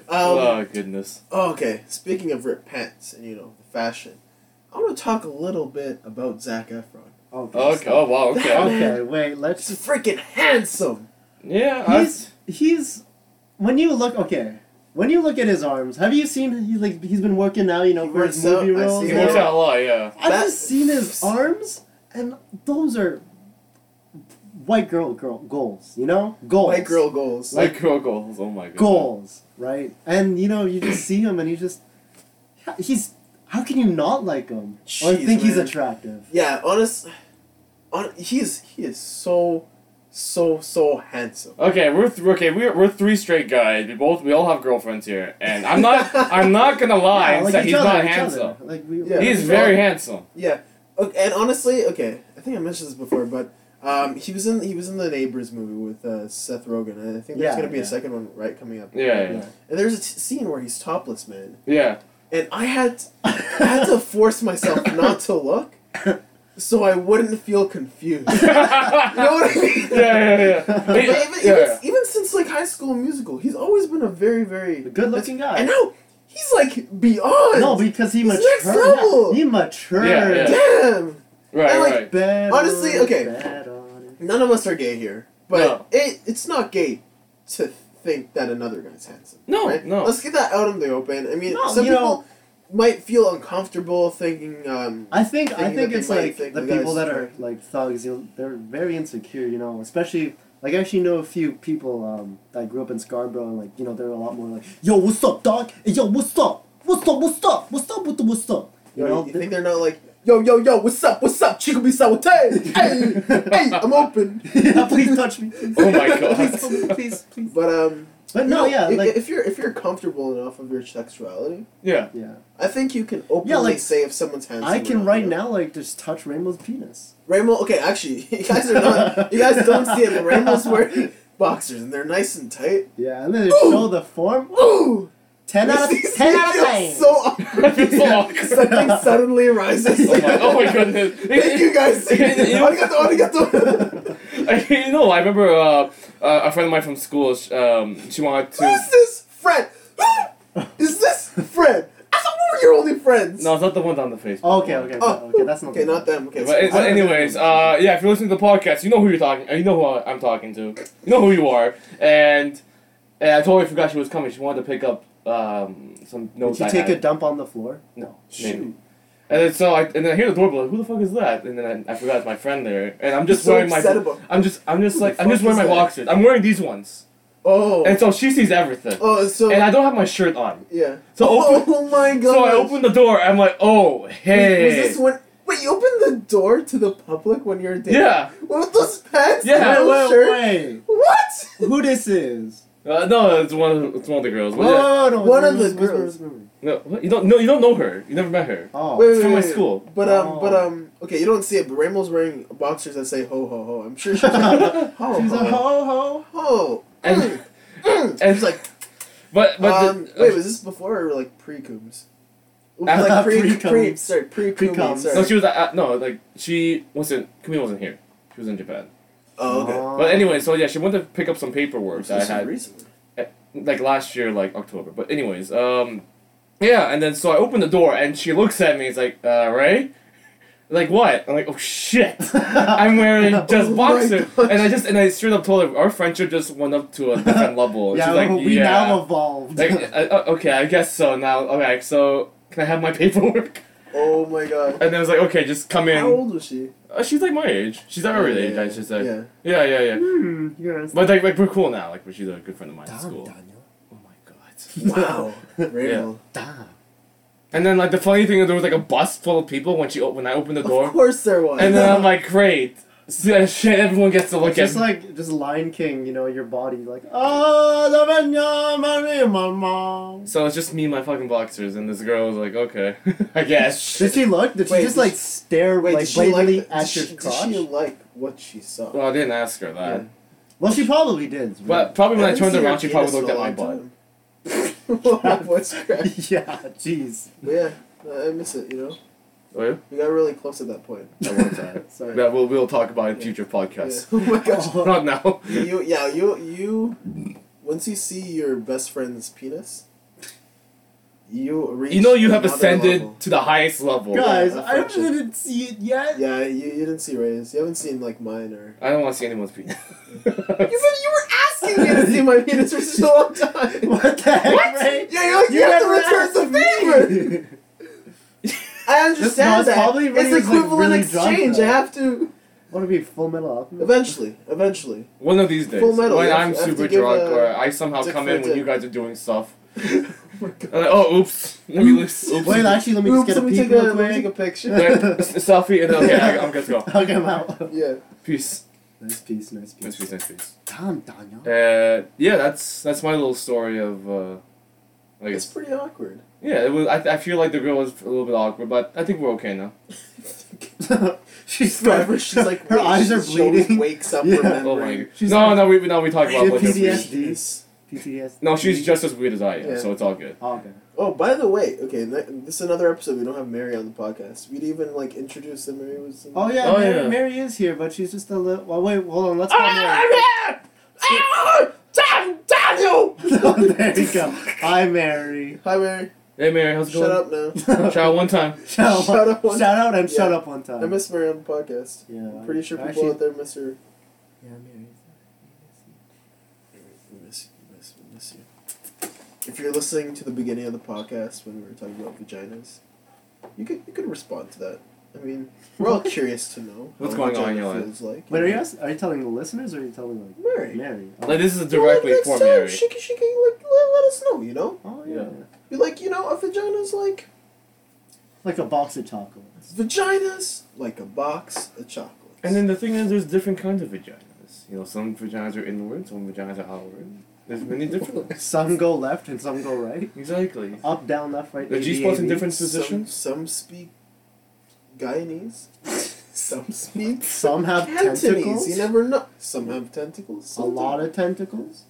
Speaker 1: <laughs> um,
Speaker 3: oh goodness.
Speaker 1: oh, okay, speaking of ripped pants and, you know, the fashion, I want to talk a little bit about Zach Efron.
Speaker 3: Okay. Oh wow. Okay.
Speaker 2: Okay, wait. Let's
Speaker 3: <laughs>
Speaker 1: He's freaking handsome!
Speaker 3: yeah. I,
Speaker 2: he's he's when you look okay when you look at his arms have you seen he like he's been working now you know
Speaker 1: He
Speaker 2: for his
Speaker 1: works out,
Speaker 2: movie
Speaker 1: I
Speaker 2: roles
Speaker 1: see
Speaker 3: he
Speaker 1: Yeah.
Speaker 3: works
Speaker 2: and-
Speaker 3: out a lot. Yeah.
Speaker 2: I've
Speaker 1: That-
Speaker 2: just seen his arms and those are white girl girl goals you know goals
Speaker 1: White girl goals.
Speaker 3: Like girl goals. Oh my god.
Speaker 2: goals right and you know you just see him and he's just he's how can you not like him or
Speaker 1: Jeez,
Speaker 2: think he's
Speaker 1: man.
Speaker 2: attractive
Speaker 1: yeah, honest, on, he is, he is so, so, so handsome.
Speaker 3: Okay, we're th- okay. We're, we're three straight guys. We both we all have girlfriends here, and
Speaker 2: <laughs>
Speaker 3: I'm not I'm not gonna
Speaker 2: Yeah,
Speaker 3: lie Oh, and
Speaker 2: like
Speaker 3: say
Speaker 2: each
Speaker 3: he's
Speaker 2: other,
Speaker 3: not
Speaker 2: each
Speaker 3: handsome.
Speaker 2: other. like we,
Speaker 1: Yeah.
Speaker 3: He's
Speaker 1: Well-
Speaker 3: very handsome.
Speaker 1: Yeah, okay, and honestly, okay, I think I mentioned this before, but um, he was in he was in the Neighbors movie with uh, Seth Rogen, and I think there's
Speaker 2: Yeah,
Speaker 1: gonna be a
Speaker 2: yeah.
Speaker 1: second one right coming up.
Speaker 3: Yeah, yeah,
Speaker 2: <laughs> Yeah.
Speaker 1: And there's a t- scene where he's topless, man,
Speaker 3: yeah.
Speaker 1: and I had I had
Speaker 2: <laughs>
Speaker 1: to force myself not to
Speaker 3: <laughs>
Speaker 1: look, so I wouldn't feel confused. <laughs> you know
Speaker 3: <laughs> yeah,
Speaker 1: what I mean?
Speaker 3: yeah, yeah.
Speaker 2: But
Speaker 1: But
Speaker 3: Yeah,
Speaker 1: even,
Speaker 3: yeah,
Speaker 1: even,
Speaker 3: yeah.
Speaker 1: even since like High School Musical, he's always been a very very
Speaker 2: A good-looking guy.
Speaker 1: And now he's like beyond.
Speaker 2: no because he
Speaker 1: He's
Speaker 2: matured
Speaker 1: next level.
Speaker 2: he matured
Speaker 3: Yeah, yeah.
Speaker 1: damn.
Speaker 3: Right,
Speaker 1: And, like,
Speaker 3: right.
Speaker 2: Bet
Speaker 1: Honestly,
Speaker 2: on it,
Speaker 1: okay.
Speaker 2: bet on it.
Speaker 1: None of us are gay here, but
Speaker 3: No.
Speaker 1: it it's not gay to think that another guy's handsome.
Speaker 3: No,
Speaker 1: right?
Speaker 3: no.
Speaker 1: Let's get that out in the open. I mean,
Speaker 2: No,
Speaker 1: some
Speaker 2: you
Speaker 1: people
Speaker 2: know-
Speaker 1: might feel uncomfortable thinking. Um,
Speaker 2: I think I
Speaker 1: Thinking
Speaker 2: think
Speaker 1: that
Speaker 2: it's
Speaker 1: they might
Speaker 2: like
Speaker 1: think
Speaker 2: the
Speaker 1: the guy's
Speaker 2: people that are
Speaker 1: attractive.
Speaker 2: like thugs. You know, they're very insecure. You know, especially like I actually know a few people um, that grew up in Scarborough and like you know they're a lot more like, yo, what's up, dog? Hey, yo, what's up? What's up? What's up? What's up with the what's up? You
Speaker 1: you,
Speaker 2: know,
Speaker 1: you think they're not like yo, yo, yo, what's up? What's up? Chico be Sawate.
Speaker 2: <laughs>
Speaker 1: Hey, hey, I'm open.
Speaker 2: <laughs> please touch me. please.
Speaker 3: Oh my God.
Speaker 2: Please, please, please, please.
Speaker 1: But um,
Speaker 2: But no,
Speaker 1: you know,
Speaker 2: yeah,
Speaker 1: if,
Speaker 2: like
Speaker 1: if you're if you're comfortable enough of your sexuality,
Speaker 3: Yeah.
Speaker 2: <laughs> yeah.
Speaker 1: I think you can openly
Speaker 2: like,
Speaker 1: say if someone's handsome.
Speaker 2: I
Speaker 1: or
Speaker 2: can
Speaker 1: not,
Speaker 2: right
Speaker 1: you know?
Speaker 2: now like just touch Rainbow's penis.
Speaker 1: Rainbow. Okay, actually, <laughs> you guys are not. You guys don't see it. But Rainbow's wearing <laughs> boxers, and they're nice and tight.
Speaker 2: Yeah, and then they
Speaker 1: Ooh.
Speaker 2: show the form.
Speaker 1: Ooh,
Speaker 2: Ten
Speaker 1: <laughs>
Speaker 2: out of
Speaker 1: This is-
Speaker 2: ten
Speaker 1: it
Speaker 2: out of
Speaker 1: feels
Speaker 2: ten.
Speaker 1: So awkward.
Speaker 3: <laughs>
Speaker 2: <laughs>
Speaker 1: something suddenly arises.
Speaker 3: oh, my, oh my goodness.
Speaker 1: <laughs> Thank you
Speaker 2: <laughs>
Speaker 1: guys. Arigato, arigato.
Speaker 3: <laughs> you know, I remember uh, uh, a friend of mine from school. sh- Um, she wanted
Speaker 1: Who is
Speaker 3: to.
Speaker 1: this? Fred. <gasps> is this Fred? I thought we were your only friends.
Speaker 3: No, it's not the ones on the Facebook.
Speaker 2: okay, okay,
Speaker 1: Oh,
Speaker 2: okay, okay. That's not.
Speaker 1: Okay, not them. Okay,
Speaker 3: But, but anyways, uh, yeah, if you're listening to the podcast, you know who you're talking. uh, You know who I- I'm talking to. You know who you are. And, and I totally forgot she was coming. She wanted to pick up um, some
Speaker 2: Did
Speaker 3: notes.
Speaker 2: you
Speaker 3: I
Speaker 2: take
Speaker 3: had.
Speaker 2: a dump on the floor?
Speaker 3: No. Maybe.
Speaker 1: Shoot.
Speaker 3: And then so I and then I hear the doorbell. Like, Who the fuck is that? And then I, I forgot it's my friend there. And I'm just
Speaker 1: so
Speaker 3: wearing my.
Speaker 1: upset about-
Speaker 3: I'm just I'm just
Speaker 1: Who the
Speaker 3: like I'm just
Speaker 1: fuck
Speaker 3: wearing my
Speaker 1: is that?
Speaker 3: boxers. I'm wearing these ones.
Speaker 1: Oh.
Speaker 3: And so she sees everything.
Speaker 1: oh, so.
Speaker 3: And I don't have my shirt on.
Speaker 1: yeah.
Speaker 3: So
Speaker 1: <laughs> oh,
Speaker 3: open-
Speaker 1: my god.
Speaker 3: So I open the door. I'm like, oh hey.
Speaker 1: Was this when? Wait, you opened the door to the public when you're dating?
Speaker 3: yeah.
Speaker 1: What with those pants?
Speaker 3: Yeah,
Speaker 1: and
Speaker 2: wait,
Speaker 1: those
Speaker 2: wait,
Speaker 1: shirt?
Speaker 2: wait.
Speaker 1: What? <laughs>
Speaker 2: Who this is?
Speaker 3: Uh, no, it's one. Of, it's one of the girls. But
Speaker 1: Oh.
Speaker 2: Whoa,
Speaker 3: yeah.
Speaker 2: whoa, no,
Speaker 1: One of
Speaker 2: whisper,
Speaker 1: the
Speaker 2: whisper,
Speaker 1: girls.
Speaker 2: whisper.
Speaker 3: No, what? you don't. No, you don't know her. You never met her.
Speaker 2: Oh,
Speaker 1: Wait,
Speaker 2: <laughs>
Speaker 1: wait,
Speaker 3: from my
Speaker 1: wait, wait.
Speaker 3: school.
Speaker 1: But um,
Speaker 2: Oh.
Speaker 1: but um, okay, you don't see it, but Rainbow's wearing boxers that say ho ho ho. I'm sure she's
Speaker 3: <laughs> Oh,
Speaker 1: ho ho
Speaker 2: she's a
Speaker 3: Uh-huh.
Speaker 1: ho.
Speaker 2: ho ho.
Speaker 1: ho.
Speaker 3: And-
Speaker 1: Mm, mm.
Speaker 3: <laughs> and-
Speaker 1: she's like,
Speaker 3: But but
Speaker 1: um,
Speaker 3: the, uh,
Speaker 1: wait, was this before or like pre coombs?
Speaker 3: <laughs> After-
Speaker 1: Like pre pre
Speaker 2: Pre-coombs.
Speaker 1: sorry pre coombs
Speaker 2: Pre-coombs.
Speaker 1: sorry.
Speaker 3: no, she was at, no like she wasn't. Camille wasn't here. She was in Japan.
Speaker 1: oh okay.
Speaker 3: But
Speaker 2: <laughs>
Speaker 3: anyway, so yeah, she went to pick up some paperwork
Speaker 1: So
Speaker 3: that I
Speaker 1: she
Speaker 3: had
Speaker 1: recently.
Speaker 3: like last year, like October. But anyways, um, yeah, and then so I open the door and she looks at me. It's like, uh, Ray, like what? I'm like, oh shit,
Speaker 2: <laughs>
Speaker 3: I'm wearing just
Speaker 1: Oh my
Speaker 3: boxer,
Speaker 1: gosh.
Speaker 3: and I just and I straight up told her our friendship just went up to a different
Speaker 2: <laughs>
Speaker 3: level. And
Speaker 2: yeah,
Speaker 3: she's like,
Speaker 2: we
Speaker 3: yeah.
Speaker 2: now evolved.
Speaker 3: like, uh, uh, okay, I guess so now. Okay, so can I have my <laughs> paperwork?
Speaker 1: Oh my god.
Speaker 3: And then I was like, okay, just come
Speaker 1: How
Speaker 3: in.
Speaker 1: old was she?
Speaker 3: Uh, she's like my age. She's not
Speaker 1: Yeah,
Speaker 3: really age.
Speaker 1: yeah,
Speaker 3: I should say. <laughs>
Speaker 1: Yeah.
Speaker 3: yeah, yeah. yeah.
Speaker 2: hmm, you're
Speaker 3: But like, like we're cool now. Like, she's a good friend of mine at
Speaker 2: Damn,
Speaker 3: school.
Speaker 2: Daniel.
Speaker 3: Oh my god.
Speaker 1: Wow. Rainbow.
Speaker 2: Damn.
Speaker 3: And then like the funny thing is there was like a bus full of people when she o- when I opened the
Speaker 1: Of
Speaker 3: door,
Speaker 1: course there was.
Speaker 3: and then I'm like, great, So- shit, everyone gets to look at
Speaker 2: Just
Speaker 3: me.
Speaker 2: like just Lion King, you know, your body like oh the Venya Maria Mama.
Speaker 3: so it's just me, and my fucking boxers, and this girl was like, okay, <laughs> I
Speaker 1: <laughs>
Speaker 3: guess.
Speaker 2: Did she look? Did she
Speaker 1: Wait,
Speaker 2: just
Speaker 1: did
Speaker 2: like
Speaker 1: she-
Speaker 2: stare
Speaker 1: Wait,
Speaker 2: like
Speaker 1: did she like?
Speaker 2: blatantly
Speaker 1: Did
Speaker 2: at
Speaker 1: she,
Speaker 2: your
Speaker 1: did
Speaker 2: crotch?
Speaker 1: she like what she saw?
Speaker 3: Well, I didn't ask her that,
Speaker 1: Yeah.
Speaker 2: Well, she probably
Speaker 1: <laughs>
Speaker 2: did.
Speaker 3: but probably when I
Speaker 1: haven't
Speaker 3: turned
Speaker 1: seen her
Speaker 3: around, she probably
Speaker 1: penis
Speaker 3: looked
Speaker 1: in
Speaker 3: at
Speaker 1: a
Speaker 3: my butt.
Speaker 1: long <laughs> time. What's crap?
Speaker 2: really. <laughs> yeah, jeez.
Speaker 1: But yeah, I I miss it. You know,
Speaker 3: Oh, yeah?
Speaker 1: we got really close at that point.
Speaker 2: <laughs>
Speaker 3: That one time.
Speaker 1: Sorry.
Speaker 3: That we'll we'll talk about in
Speaker 1: Yeah.
Speaker 3: future
Speaker 1: Yeah.
Speaker 3: podcasts.
Speaker 1: <laughs> Oh my gosh.
Speaker 2: Oh.
Speaker 3: <laughs> Not now.
Speaker 1: you yeah you you once you see your best friend's penis, you reach
Speaker 3: You know you have
Speaker 1: another
Speaker 3: ascended
Speaker 1: level.
Speaker 3: to the highest level.
Speaker 2: Guys,
Speaker 1: yeah,
Speaker 2: I
Speaker 1: friendship.
Speaker 2: didn't see it yet.
Speaker 1: Yeah, you, you didn't see Ray's. You haven't seen like mine or.
Speaker 3: I don't want to see anyone's penis. <laughs>
Speaker 1: You said you were asking me to see
Speaker 2: <laughs>
Speaker 1: my penis for so long time.
Speaker 2: <laughs> What the heck,
Speaker 1: What?
Speaker 2: Ray?
Speaker 1: Yeah, you're like you, have to
Speaker 2: never
Speaker 1: return the
Speaker 2: asked
Speaker 1: favor. <laughs>
Speaker 2: me. <laughs>
Speaker 1: I
Speaker 2: This was
Speaker 1: understand that.
Speaker 2: probably when he
Speaker 1: it's
Speaker 2: was, like,
Speaker 1: equivalent
Speaker 2: really drunk,
Speaker 1: exchange. I
Speaker 2: though.
Speaker 1: have to
Speaker 2: Want to be Full Metal Alchemist?
Speaker 1: eventually,
Speaker 3: <laughs>
Speaker 1: eventually.
Speaker 3: One of these days,
Speaker 1: Full metal,
Speaker 3: when
Speaker 1: you have
Speaker 3: I'm
Speaker 1: to- have to
Speaker 3: super
Speaker 1: give
Speaker 3: drunk
Speaker 1: a
Speaker 3: or I somehow come in when
Speaker 1: different-
Speaker 3: you guys are doing stuff,
Speaker 1: oh my God.
Speaker 3: I'm like, oh, oops, let me loose. Oops.
Speaker 2: Wait, actually, let me
Speaker 1: Oops,
Speaker 2: just get
Speaker 1: let
Speaker 2: a
Speaker 1: me
Speaker 2: peek
Speaker 1: take a,
Speaker 2: real
Speaker 1: let me take a
Speaker 2: quick.
Speaker 1: picture.
Speaker 3: <laughs>
Speaker 2: <laughs>
Speaker 3: Wait, s- selfie and then, okay, I, I'm good to go.
Speaker 2: Okay, I'm out.
Speaker 1: yeah.
Speaker 3: Peace.
Speaker 2: Nice piece, nice piece.
Speaker 3: Nice peace, nice peace.
Speaker 2: Damn, Daniel.
Speaker 3: Uh, yeah, that's that's my little story of. Uh, like
Speaker 1: It's pretty
Speaker 2: <laughs>
Speaker 1: awkward.
Speaker 3: yeah, it was. I, I feel like the girl was a little bit awkward, but I think we're okay now.
Speaker 2: she's
Speaker 1: Forever, <laughs> she's like
Speaker 2: <laughs> her
Speaker 1: wait,
Speaker 2: eyes
Speaker 1: she
Speaker 2: are
Speaker 1: just shows-
Speaker 2: bleeding. <laughs>
Speaker 1: Wakes up
Speaker 2: Yeah.
Speaker 3: Oh my.
Speaker 1: remembering.
Speaker 2: She's
Speaker 3: no, no, we no, we talk
Speaker 2: She had
Speaker 3: about like her
Speaker 2: PTSD.
Speaker 3: feelings.
Speaker 1: Yes.
Speaker 2: PTSD.
Speaker 3: No, she's just as weird as I am,
Speaker 1: Yeah.
Speaker 3: so it's all good.
Speaker 2: Oh, okay.
Speaker 1: Oh, by the way, okay, ne- this is another episode. We don't have Mary on the podcast. We'd even like introduce that Mary was. In-
Speaker 2: Oh yeah,
Speaker 3: Oh,
Speaker 2: Mary,
Speaker 3: yeah.
Speaker 2: Mary is here, but she's just a little. Well, wait, hold on.
Speaker 1: Ah,
Speaker 2: Let's call <laughs> Mary.
Speaker 1: Daniel.
Speaker 2: there you go. Hi, Mary.
Speaker 1: <laughs> Hi Mary.
Speaker 3: Hey, Mary, how's it
Speaker 1: Shut
Speaker 3: going?
Speaker 1: up now.
Speaker 2: Shout, <laughs>
Speaker 3: Shout out one time.
Speaker 2: out-
Speaker 1: Shout out one-
Speaker 2: shout out and
Speaker 1: Yeah.
Speaker 2: shut up one time.
Speaker 1: I miss Mary on the podcast.
Speaker 2: yeah,
Speaker 1: I'm pretty sure people
Speaker 2: actually,
Speaker 1: out there miss her.
Speaker 2: Yeah, Mary.
Speaker 1: We miss you. Miss, we miss you. If you're listening to the beginning of the podcast when we were talking about vaginas, you could you could respond to that. I mean, we're all curious to know
Speaker 3: What's
Speaker 1: how a
Speaker 3: going on in
Speaker 1: vagina
Speaker 3: your life?
Speaker 1: Feels like.
Speaker 2: Wait, are you ask- are you telling the listeners or are you telling like
Speaker 1: Mary.
Speaker 2: Mary? Oh,
Speaker 3: Like this is
Speaker 1: Well,
Speaker 3: directly
Speaker 1: next
Speaker 3: for
Speaker 1: time,
Speaker 3: Mary.
Speaker 1: She can, she can like let, let us know. You know,
Speaker 2: oh yeah.
Speaker 3: Yeah.
Speaker 1: you like you know a vagina's like
Speaker 2: Like a box of chocolates.
Speaker 1: Vaginas like a box of chocolates.
Speaker 3: And then the thing is, there's different kinds of vaginas. You know, some vaginas are inward, some vaginas are outward. There's
Speaker 2: <laughs>
Speaker 3: many different.
Speaker 2: Some go left and some go right.
Speaker 3: exactly.
Speaker 2: Up, down, left, right.
Speaker 3: The
Speaker 2: A, B,
Speaker 3: G-spot's
Speaker 2: A,
Speaker 3: in
Speaker 2: B.
Speaker 3: different
Speaker 1: some,
Speaker 3: positions.
Speaker 1: some speak Guyanese. some speak
Speaker 2: Some have
Speaker 1: Cantonese.
Speaker 2: tentacles.
Speaker 1: You never know. Some have tentacles.
Speaker 2: <laughs> a
Speaker 1: some
Speaker 2: lot
Speaker 1: don't.
Speaker 2: of tentacles.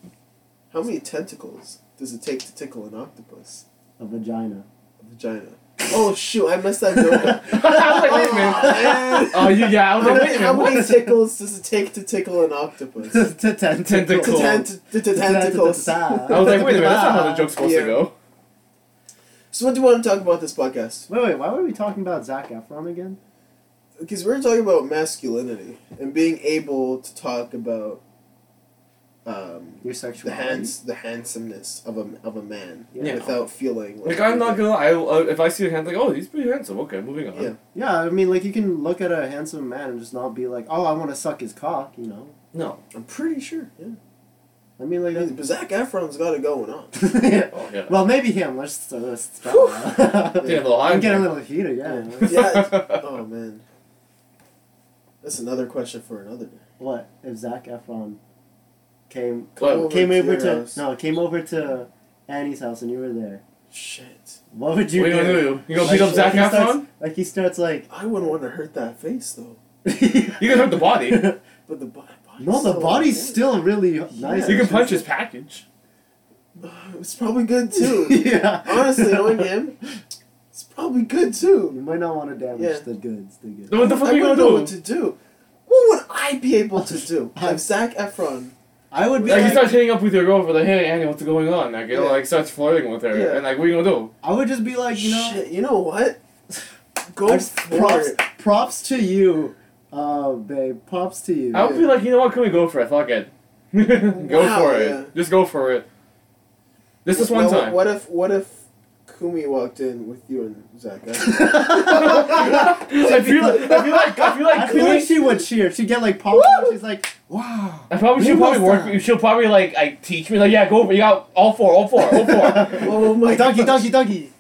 Speaker 1: How many tentacles does it take to tickle an octopus?
Speaker 2: A vagina.
Speaker 1: A vagina. Oh shoot! I messed that joke
Speaker 2: <laughs>
Speaker 1: up.
Speaker 3: I was like, wait a minute.
Speaker 1: Oh, man.
Speaker 3: <laughs> Oh, you, yeah, I was
Speaker 1: How
Speaker 3: like, wait
Speaker 1: many,
Speaker 3: a minute.
Speaker 1: how many
Speaker 3: what?
Speaker 1: tickles does it take to tickle an
Speaker 2: <laughs>
Speaker 1: octopus?
Speaker 2: to tentacles.
Speaker 1: To
Speaker 3: Tentacles.
Speaker 1: tent- to- to tentacles.
Speaker 3: I was like, wait a minute, that's not how the joke's supposed
Speaker 1: Yeah.
Speaker 3: to go.
Speaker 1: <laughs> So what do you want to talk about this podcast?
Speaker 2: Wait, wait, why were we talking about Zach Efron again?
Speaker 1: Because we're talking about masculinity and being able to talk about um,
Speaker 2: Your
Speaker 1: the
Speaker 2: sexuality.
Speaker 1: hands, the handsomeness of a of a man
Speaker 2: Yeah.
Speaker 1: without feeling
Speaker 3: Like, I'm not gonna lie, I, will- uh, if I see a hand, like, oh, he's pretty handsome, okay, moving on.
Speaker 1: Yeah.
Speaker 2: Yeah, I mean, like, you can look at a handsome man and just not be like, oh, I want to suck his cock, you know?
Speaker 3: No.
Speaker 1: I'm pretty sure. Yeah.
Speaker 2: I mean, like,
Speaker 1: But Zac Efron's got it going on.
Speaker 2: that's... <laughs>
Speaker 3: Oh, yeah.
Speaker 2: well, maybe him. Let's, uh, let's stop
Speaker 1: Whew.
Speaker 2: <laughs> that.
Speaker 3: Getting a little high.
Speaker 2: I'm getting a little heated, yeah.
Speaker 1: Yeah. Oh man. That's another question for another day.
Speaker 2: what if Zach Efron came
Speaker 3: What?
Speaker 1: Over
Speaker 2: came
Speaker 1: to
Speaker 2: over
Speaker 1: your
Speaker 2: to
Speaker 1: house.
Speaker 2: no came over to Annie's house and you were there?
Speaker 1: Shit.
Speaker 2: What would you
Speaker 3: What are you
Speaker 2: do?
Speaker 3: gonna do? You gonna beat up Zach
Speaker 2: he starts,
Speaker 3: Efron?
Speaker 2: like he starts
Speaker 3: <laughs>
Speaker 2: like
Speaker 1: I wouldn't want to hurt that face though.
Speaker 2: you
Speaker 3: can hurt the
Speaker 2: <laughs>
Speaker 3: body.
Speaker 1: But the bo- body's
Speaker 2: no, the
Speaker 1: so
Speaker 2: body's
Speaker 1: good.
Speaker 2: still really nice.
Speaker 3: You can punch his package.
Speaker 1: It's probably good too.
Speaker 2: <laughs> yeah.
Speaker 1: Honestly,
Speaker 2: <laughs>
Speaker 1: knowing him, it's probably good too.
Speaker 2: You might not want to damage
Speaker 1: Yeah.
Speaker 2: the goods. The goods.
Speaker 3: What the fuck
Speaker 1: I
Speaker 3: are you
Speaker 1: wouldn't
Speaker 3: gonna
Speaker 1: know
Speaker 3: do?
Speaker 1: what to do. What would I be able to <laughs> do?
Speaker 2: I-
Speaker 1: Have Zach Efron.
Speaker 2: I would be.
Speaker 3: Like, he
Speaker 2: Like,
Speaker 3: starts hitting up with your girlfriend, like, hey, Annie, what's going on? Like, you know,
Speaker 1: Yeah.
Speaker 3: like, starts flirting with her,
Speaker 1: Yeah.
Speaker 3: and like, what are you gonna do?
Speaker 2: I would just be like, you know,
Speaker 1: Shit, you know what? <laughs> Go
Speaker 2: I-
Speaker 1: for
Speaker 2: props,
Speaker 1: it.
Speaker 2: props to you, uh, babe. Props to you.
Speaker 3: I
Speaker 2: <laughs>
Speaker 3: would be like, you know what, can we go for it? Fuck it. <laughs> go
Speaker 1: Wow,
Speaker 3: for it.
Speaker 1: yeah.
Speaker 3: Just go for it. This is one
Speaker 1: Now,
Speaker 3: time.
Speaker 1: What if what if Kumi walked in with you and Zach
Speaker 3: <laughs>
Speaker 1: Efron?
Speaker 3: <laughs> I feel like, I feel like, I feel like,
Speaker 2: I feel like
Speaker 3: Queen-
Speaker 2: she would cheer. She'd get like popcorn. She's like, wow.
Speaker 3: I probably she'll
Speaker 2: Maybe
Speaker 3: probably
Speaker 2: next
Speaker 3: work.
Speaker 2: time.
Speaker 3: She'll probably like like teach me like yeah go for you got all four all four
Speaker 1: <laughs>
Speaker 2: <laughs>
Speaker 3: all four
Speaker 1: oh my
Speaker 2: Doggy,
Speaker 1: gosh.
Speaker 2: doggy, doggy.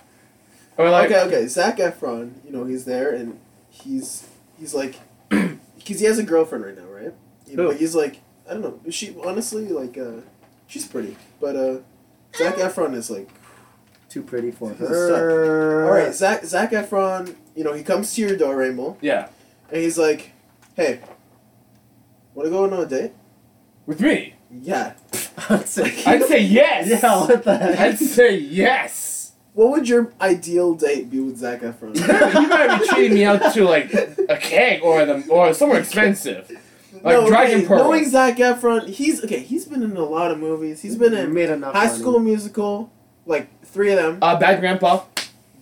Speaker 3: or like
Speaker 1: okay, okay. Zach Efron, you know, he's there and he's he's like, <clears throat> because he has a girlfriend right now, right? You know,
Speaker 2: Who?
Speaker 1: but he's like, I don't know. She honestly like, uh, she's pretty, but uh, Zach Efron is like,
Speaker 2: Too pretty for
Speaker 1: This is
Speaker 2: her.
Speaker 1: all right, Zach Zach Efron, you know, he comes to your door, Rainbow,
Speaker 3: yeah
Speaker 1: and he's like, hey, want to go on a date?
Speaker 3: with me
Speaker 1: Yeah. <laughs>
Speaker 2: I'd say-
Speaker 3: I'd say yes
Speaker 2: yeah, what the heck?
Speaker 3: I'd say yes
Speaker 1: What would your ideal date be with Zach Efron?
Speaker 3: you better be treating me out to <laughs> like a keg or the or somewhere expensive Like Dragon
Speaker 1: okay,
Speaker 3: Pearl.
Speaker 1: Knowing Zac Efron, he's okay. He's been in a lot of movies. He's been
Speaker 2: You
Speaker 1: in
Speaker 2: made enough
Speaker 1: High
Speaker 2: money.
Speaker 1: School Musical, like three of them.
Speaker 3: uh bad grandpa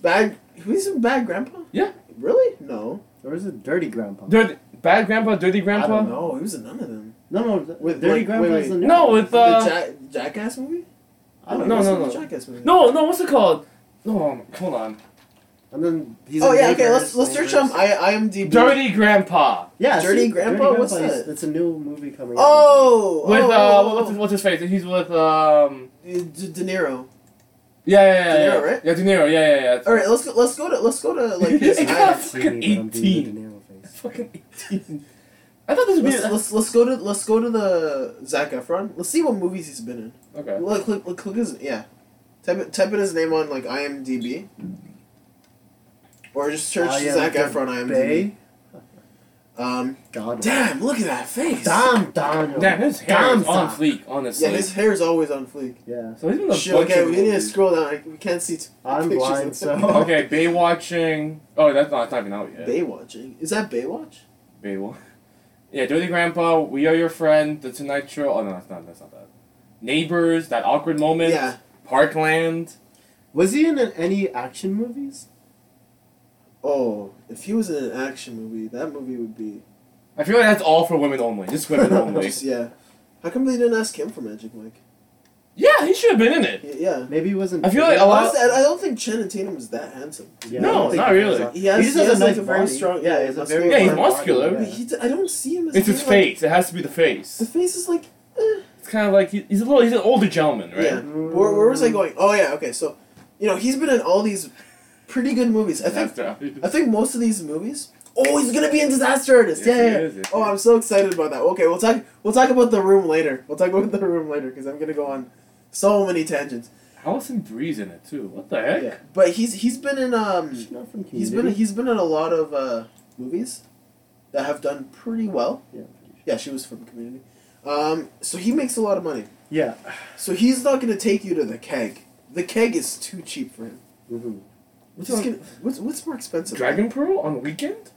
Speaker 1: Bad. Who's in Bad Grandpa?
Speaker 3: Yeah.
Speaker 1: Really? No.
Speaker 2: Or is it Dirty Grandpa?
Speaker 3: dirty bad grandpa dirty grandpa
Speaker 2: don't know.
Speaker 1: No, he was in none of them.
Speaker 2: no, no. th-
Speaker 1: With,
Speaker 2: Dirty
Speaker 1: like,
Speaker 2: Grandpa
Speaker 1: wait,
Speaker 2: is the
Speaker 1: wait.
Speaker 2: new
Speaker 3: No,
Speaker 2: one.
Speaker 3: with, uh,
Speaker 1: the ja- Jackass movie?
Speaker 2: I don't know.
Speaker 3: No,
Speaker 1: He was
Speaker 3: no,
Speaker 1: in the
Speaker 3: no.
Speaker 1: Jackass movie.
Speaker 3: no no what's it called no hold on
Speaker 2: And then he's
Speaker 1: Oh
Speaker 2: in
Speaker 1: yeah. Okay.
Speaker 2: Neighbors,
Speaker 1: Let's let's search on
Speaker 2: Neighbors.
Speaker 1: I IMDb.
Speaker 3: dirty grandpa
Speaker 2: Yeah,
Speaker 1: Dirty
Speaker 2: see,
Speaker 1: Grandpa?
Speaker 2: Dirty
Speaker 1: What's
Speaker 2: Grandpa is-
Speaker 1: that?
Speaker 2: It's a new movie
Speaker 1: <laughs>
Speaker 2: coming. out.
Speaker 1: Oh.
Speaker 3: with
Speaker 1: oh,
Speaker 3: uh
Speaker 1: oh,
Speaker 3: what's his,
Speaker 1: oh.
Speaker 3: what's his face he's with um
Speaker 1: D- De Niro.
Speaker 3: yeah yeah yeah
Speaker 1: De Niro,
Speaker 3: yeah
Speaker 1: right?
Speaker 3: yeah De Niro yeah yeah yeah
Speaker 1: All right. Let's go. Let's go to let's go to
Speaker 2: <laughs>
Speaker 1: like his.
Speaker 3: It
Speaker 2: I
Speaker 3: got
Speaker 1: IMDb.
Speaker 2: haven't seen it, but I'm doing
Speaker 3: fucking
Speaker 2: the
Speaker 3: 18.
Speaker 2: De Niro face.
Speaker 3: fucking eighteen I thought this would be
Speaker 1: Let's, let's let's go to let's go to the Zac Efron. Let's see what movies he's been in.
Speaker 3: okay
Speaker 1: Look, click, look, click his yeah. Type it, type in his name on like IMDb, or just search
Speaker 2: I am
Speaker 1: Zac
Speaker 2: the
Speaker 1: Efron IMDb.
Speaker 2: Bay
Speaker 1: Um,
Speaker 2: God.
Speaker 1: damn, look at that face.
Speaker 2: Damn, Daniel.
Speaker 3: Damn, his hair
Speaker 2: Damn,
Speaker 3: is on
Speaker 2: Zach.
Speaker 3: fleek, honestly.
Speaker 1: Yeah, his hair's always on fleek.
Speaker 2: Yeah.
Speaker 3: so he's been a
Speaker 1: Shit,
Speaker 3: bunch
Speaker 1: okay,
Speaker 3: of
Speaker 1: we need to
Speaker 3: movies.
Speaker 1: scroll down. Like, we can't see. T-
Speaker 2: I'm
Speaker 1: pictures
Speaker 2: blind,
Speaker 1: of- <laughs>
Speaker 2: so-
Speaker 3: Okay, Baywatching. Oh, that's not, it's not even out yet.
Speaker 1: Baywatching is that Baywatch?
Speaker 3: Baywatch. Yeah, Dirty Grandpa, We Are Your Friend, The Tonight Show. Oh no, that's not that's not that. Neighbors, that awkward moment.
Speaker 1: Yeah.
Speaker 3: Parkland.
Speaker 2: Was he in an- any action movies?
Speaker 1: Oh, if he was in an action movie, that movie would be.
Speaker 3: I feel like that's all for women only.
Speaker 1: <laughs>
Speaker 3: Just women only.
Speaker 1: Just, yeah. How come they didn't ask him for Magic Mike?
Speaker 3: yeah, he should have been in it.
Speaker 1: Y- Yeah.
Speaker 2: Maybe he wasn't.
Speaker 3: I feel like a lot-
Speaker 1: Honestly, I I don't think Channing Tatum was that handsome.
Speaker 2: Yeah,
Speaker 3: No,
Speaker 2: I don't think
Speaker 3: not
Speaker 2: he
Speaker 3: really.
Speaker 2: was.
Speaker 1: He has-
Speaker 2: just
Speaker 1: he has,
Speaker 2: a
Speaker 1: like,
Speaker 2: nice
Speaker 1: a very
Speaker 2: body.
Speaker 1: strong-
Speaker 2: Yeah,
Speaker 1: yeah,
Speaker 2: he's a
Speaker 1: muscular
Speaker 2: very.
Speaker 1: Yeah, he's
Speaker 2: body,
Speaker 3: muscular.
Speaker 2: yeah.
Speaker 1: Like, he d- I don't see him as.
Speaker 3: It's his
Speaker 1: being, like-
Speaker 3: face. It has to be the
Speaker 1: The
Speaker 3: face.
Speaker 1: face is like. eh.
Speaker 3: It's kind of like he, he's a little. He's an older gentleman, right?
Speaker 1: Yeah. Where, where was I going? Oh yeah. Okay. So, you know, he's been in all these pretty good movies. I think
Speaker 3: Disaster Artist.
Speaker 1: I think most of these movies. Oh, he's gonna be in Disaster Artist. Yeah,
Speaker 3: Yes, he
Speaker 1: yeah. yeah.
Speaker 3: is, yes, he
Speaker 1: Oh, I'm
Speaker 3: is.
Speaker 1: so excited about that. Okay, we'll talk. We'll talk about the room later. We'll talk about <laughs> the room later because I'm gonna go on so many tangents.
Speaker 3: Allison Bree's in it too. What the heck?
Speaker 1: Yeah, but he's he's been in um
Speaker 2: She's not from
Speaker 1: he's been
Speaker 2: Community.
Speaker 1: he's been in a lot of uh, movies that have done pretty well.
Speaker 2: Yeah, I'm pretty sure.
Speaker 1: Yeah, she was from Community. Um, so he makes a lot of money.
Speaker 2: yeah.
Speaker 1: So he's not gonna take you to the keg. The keg is too cheap for him.
Speaker 2: Mhm.
Speaker 1: What's
Speaker 3: What's
Speaker 1: he's
Speaker 3: on-
Speaker 1: gonna, what's, what's more expensive?
Speaker 3: Dragon Pearl on weekend?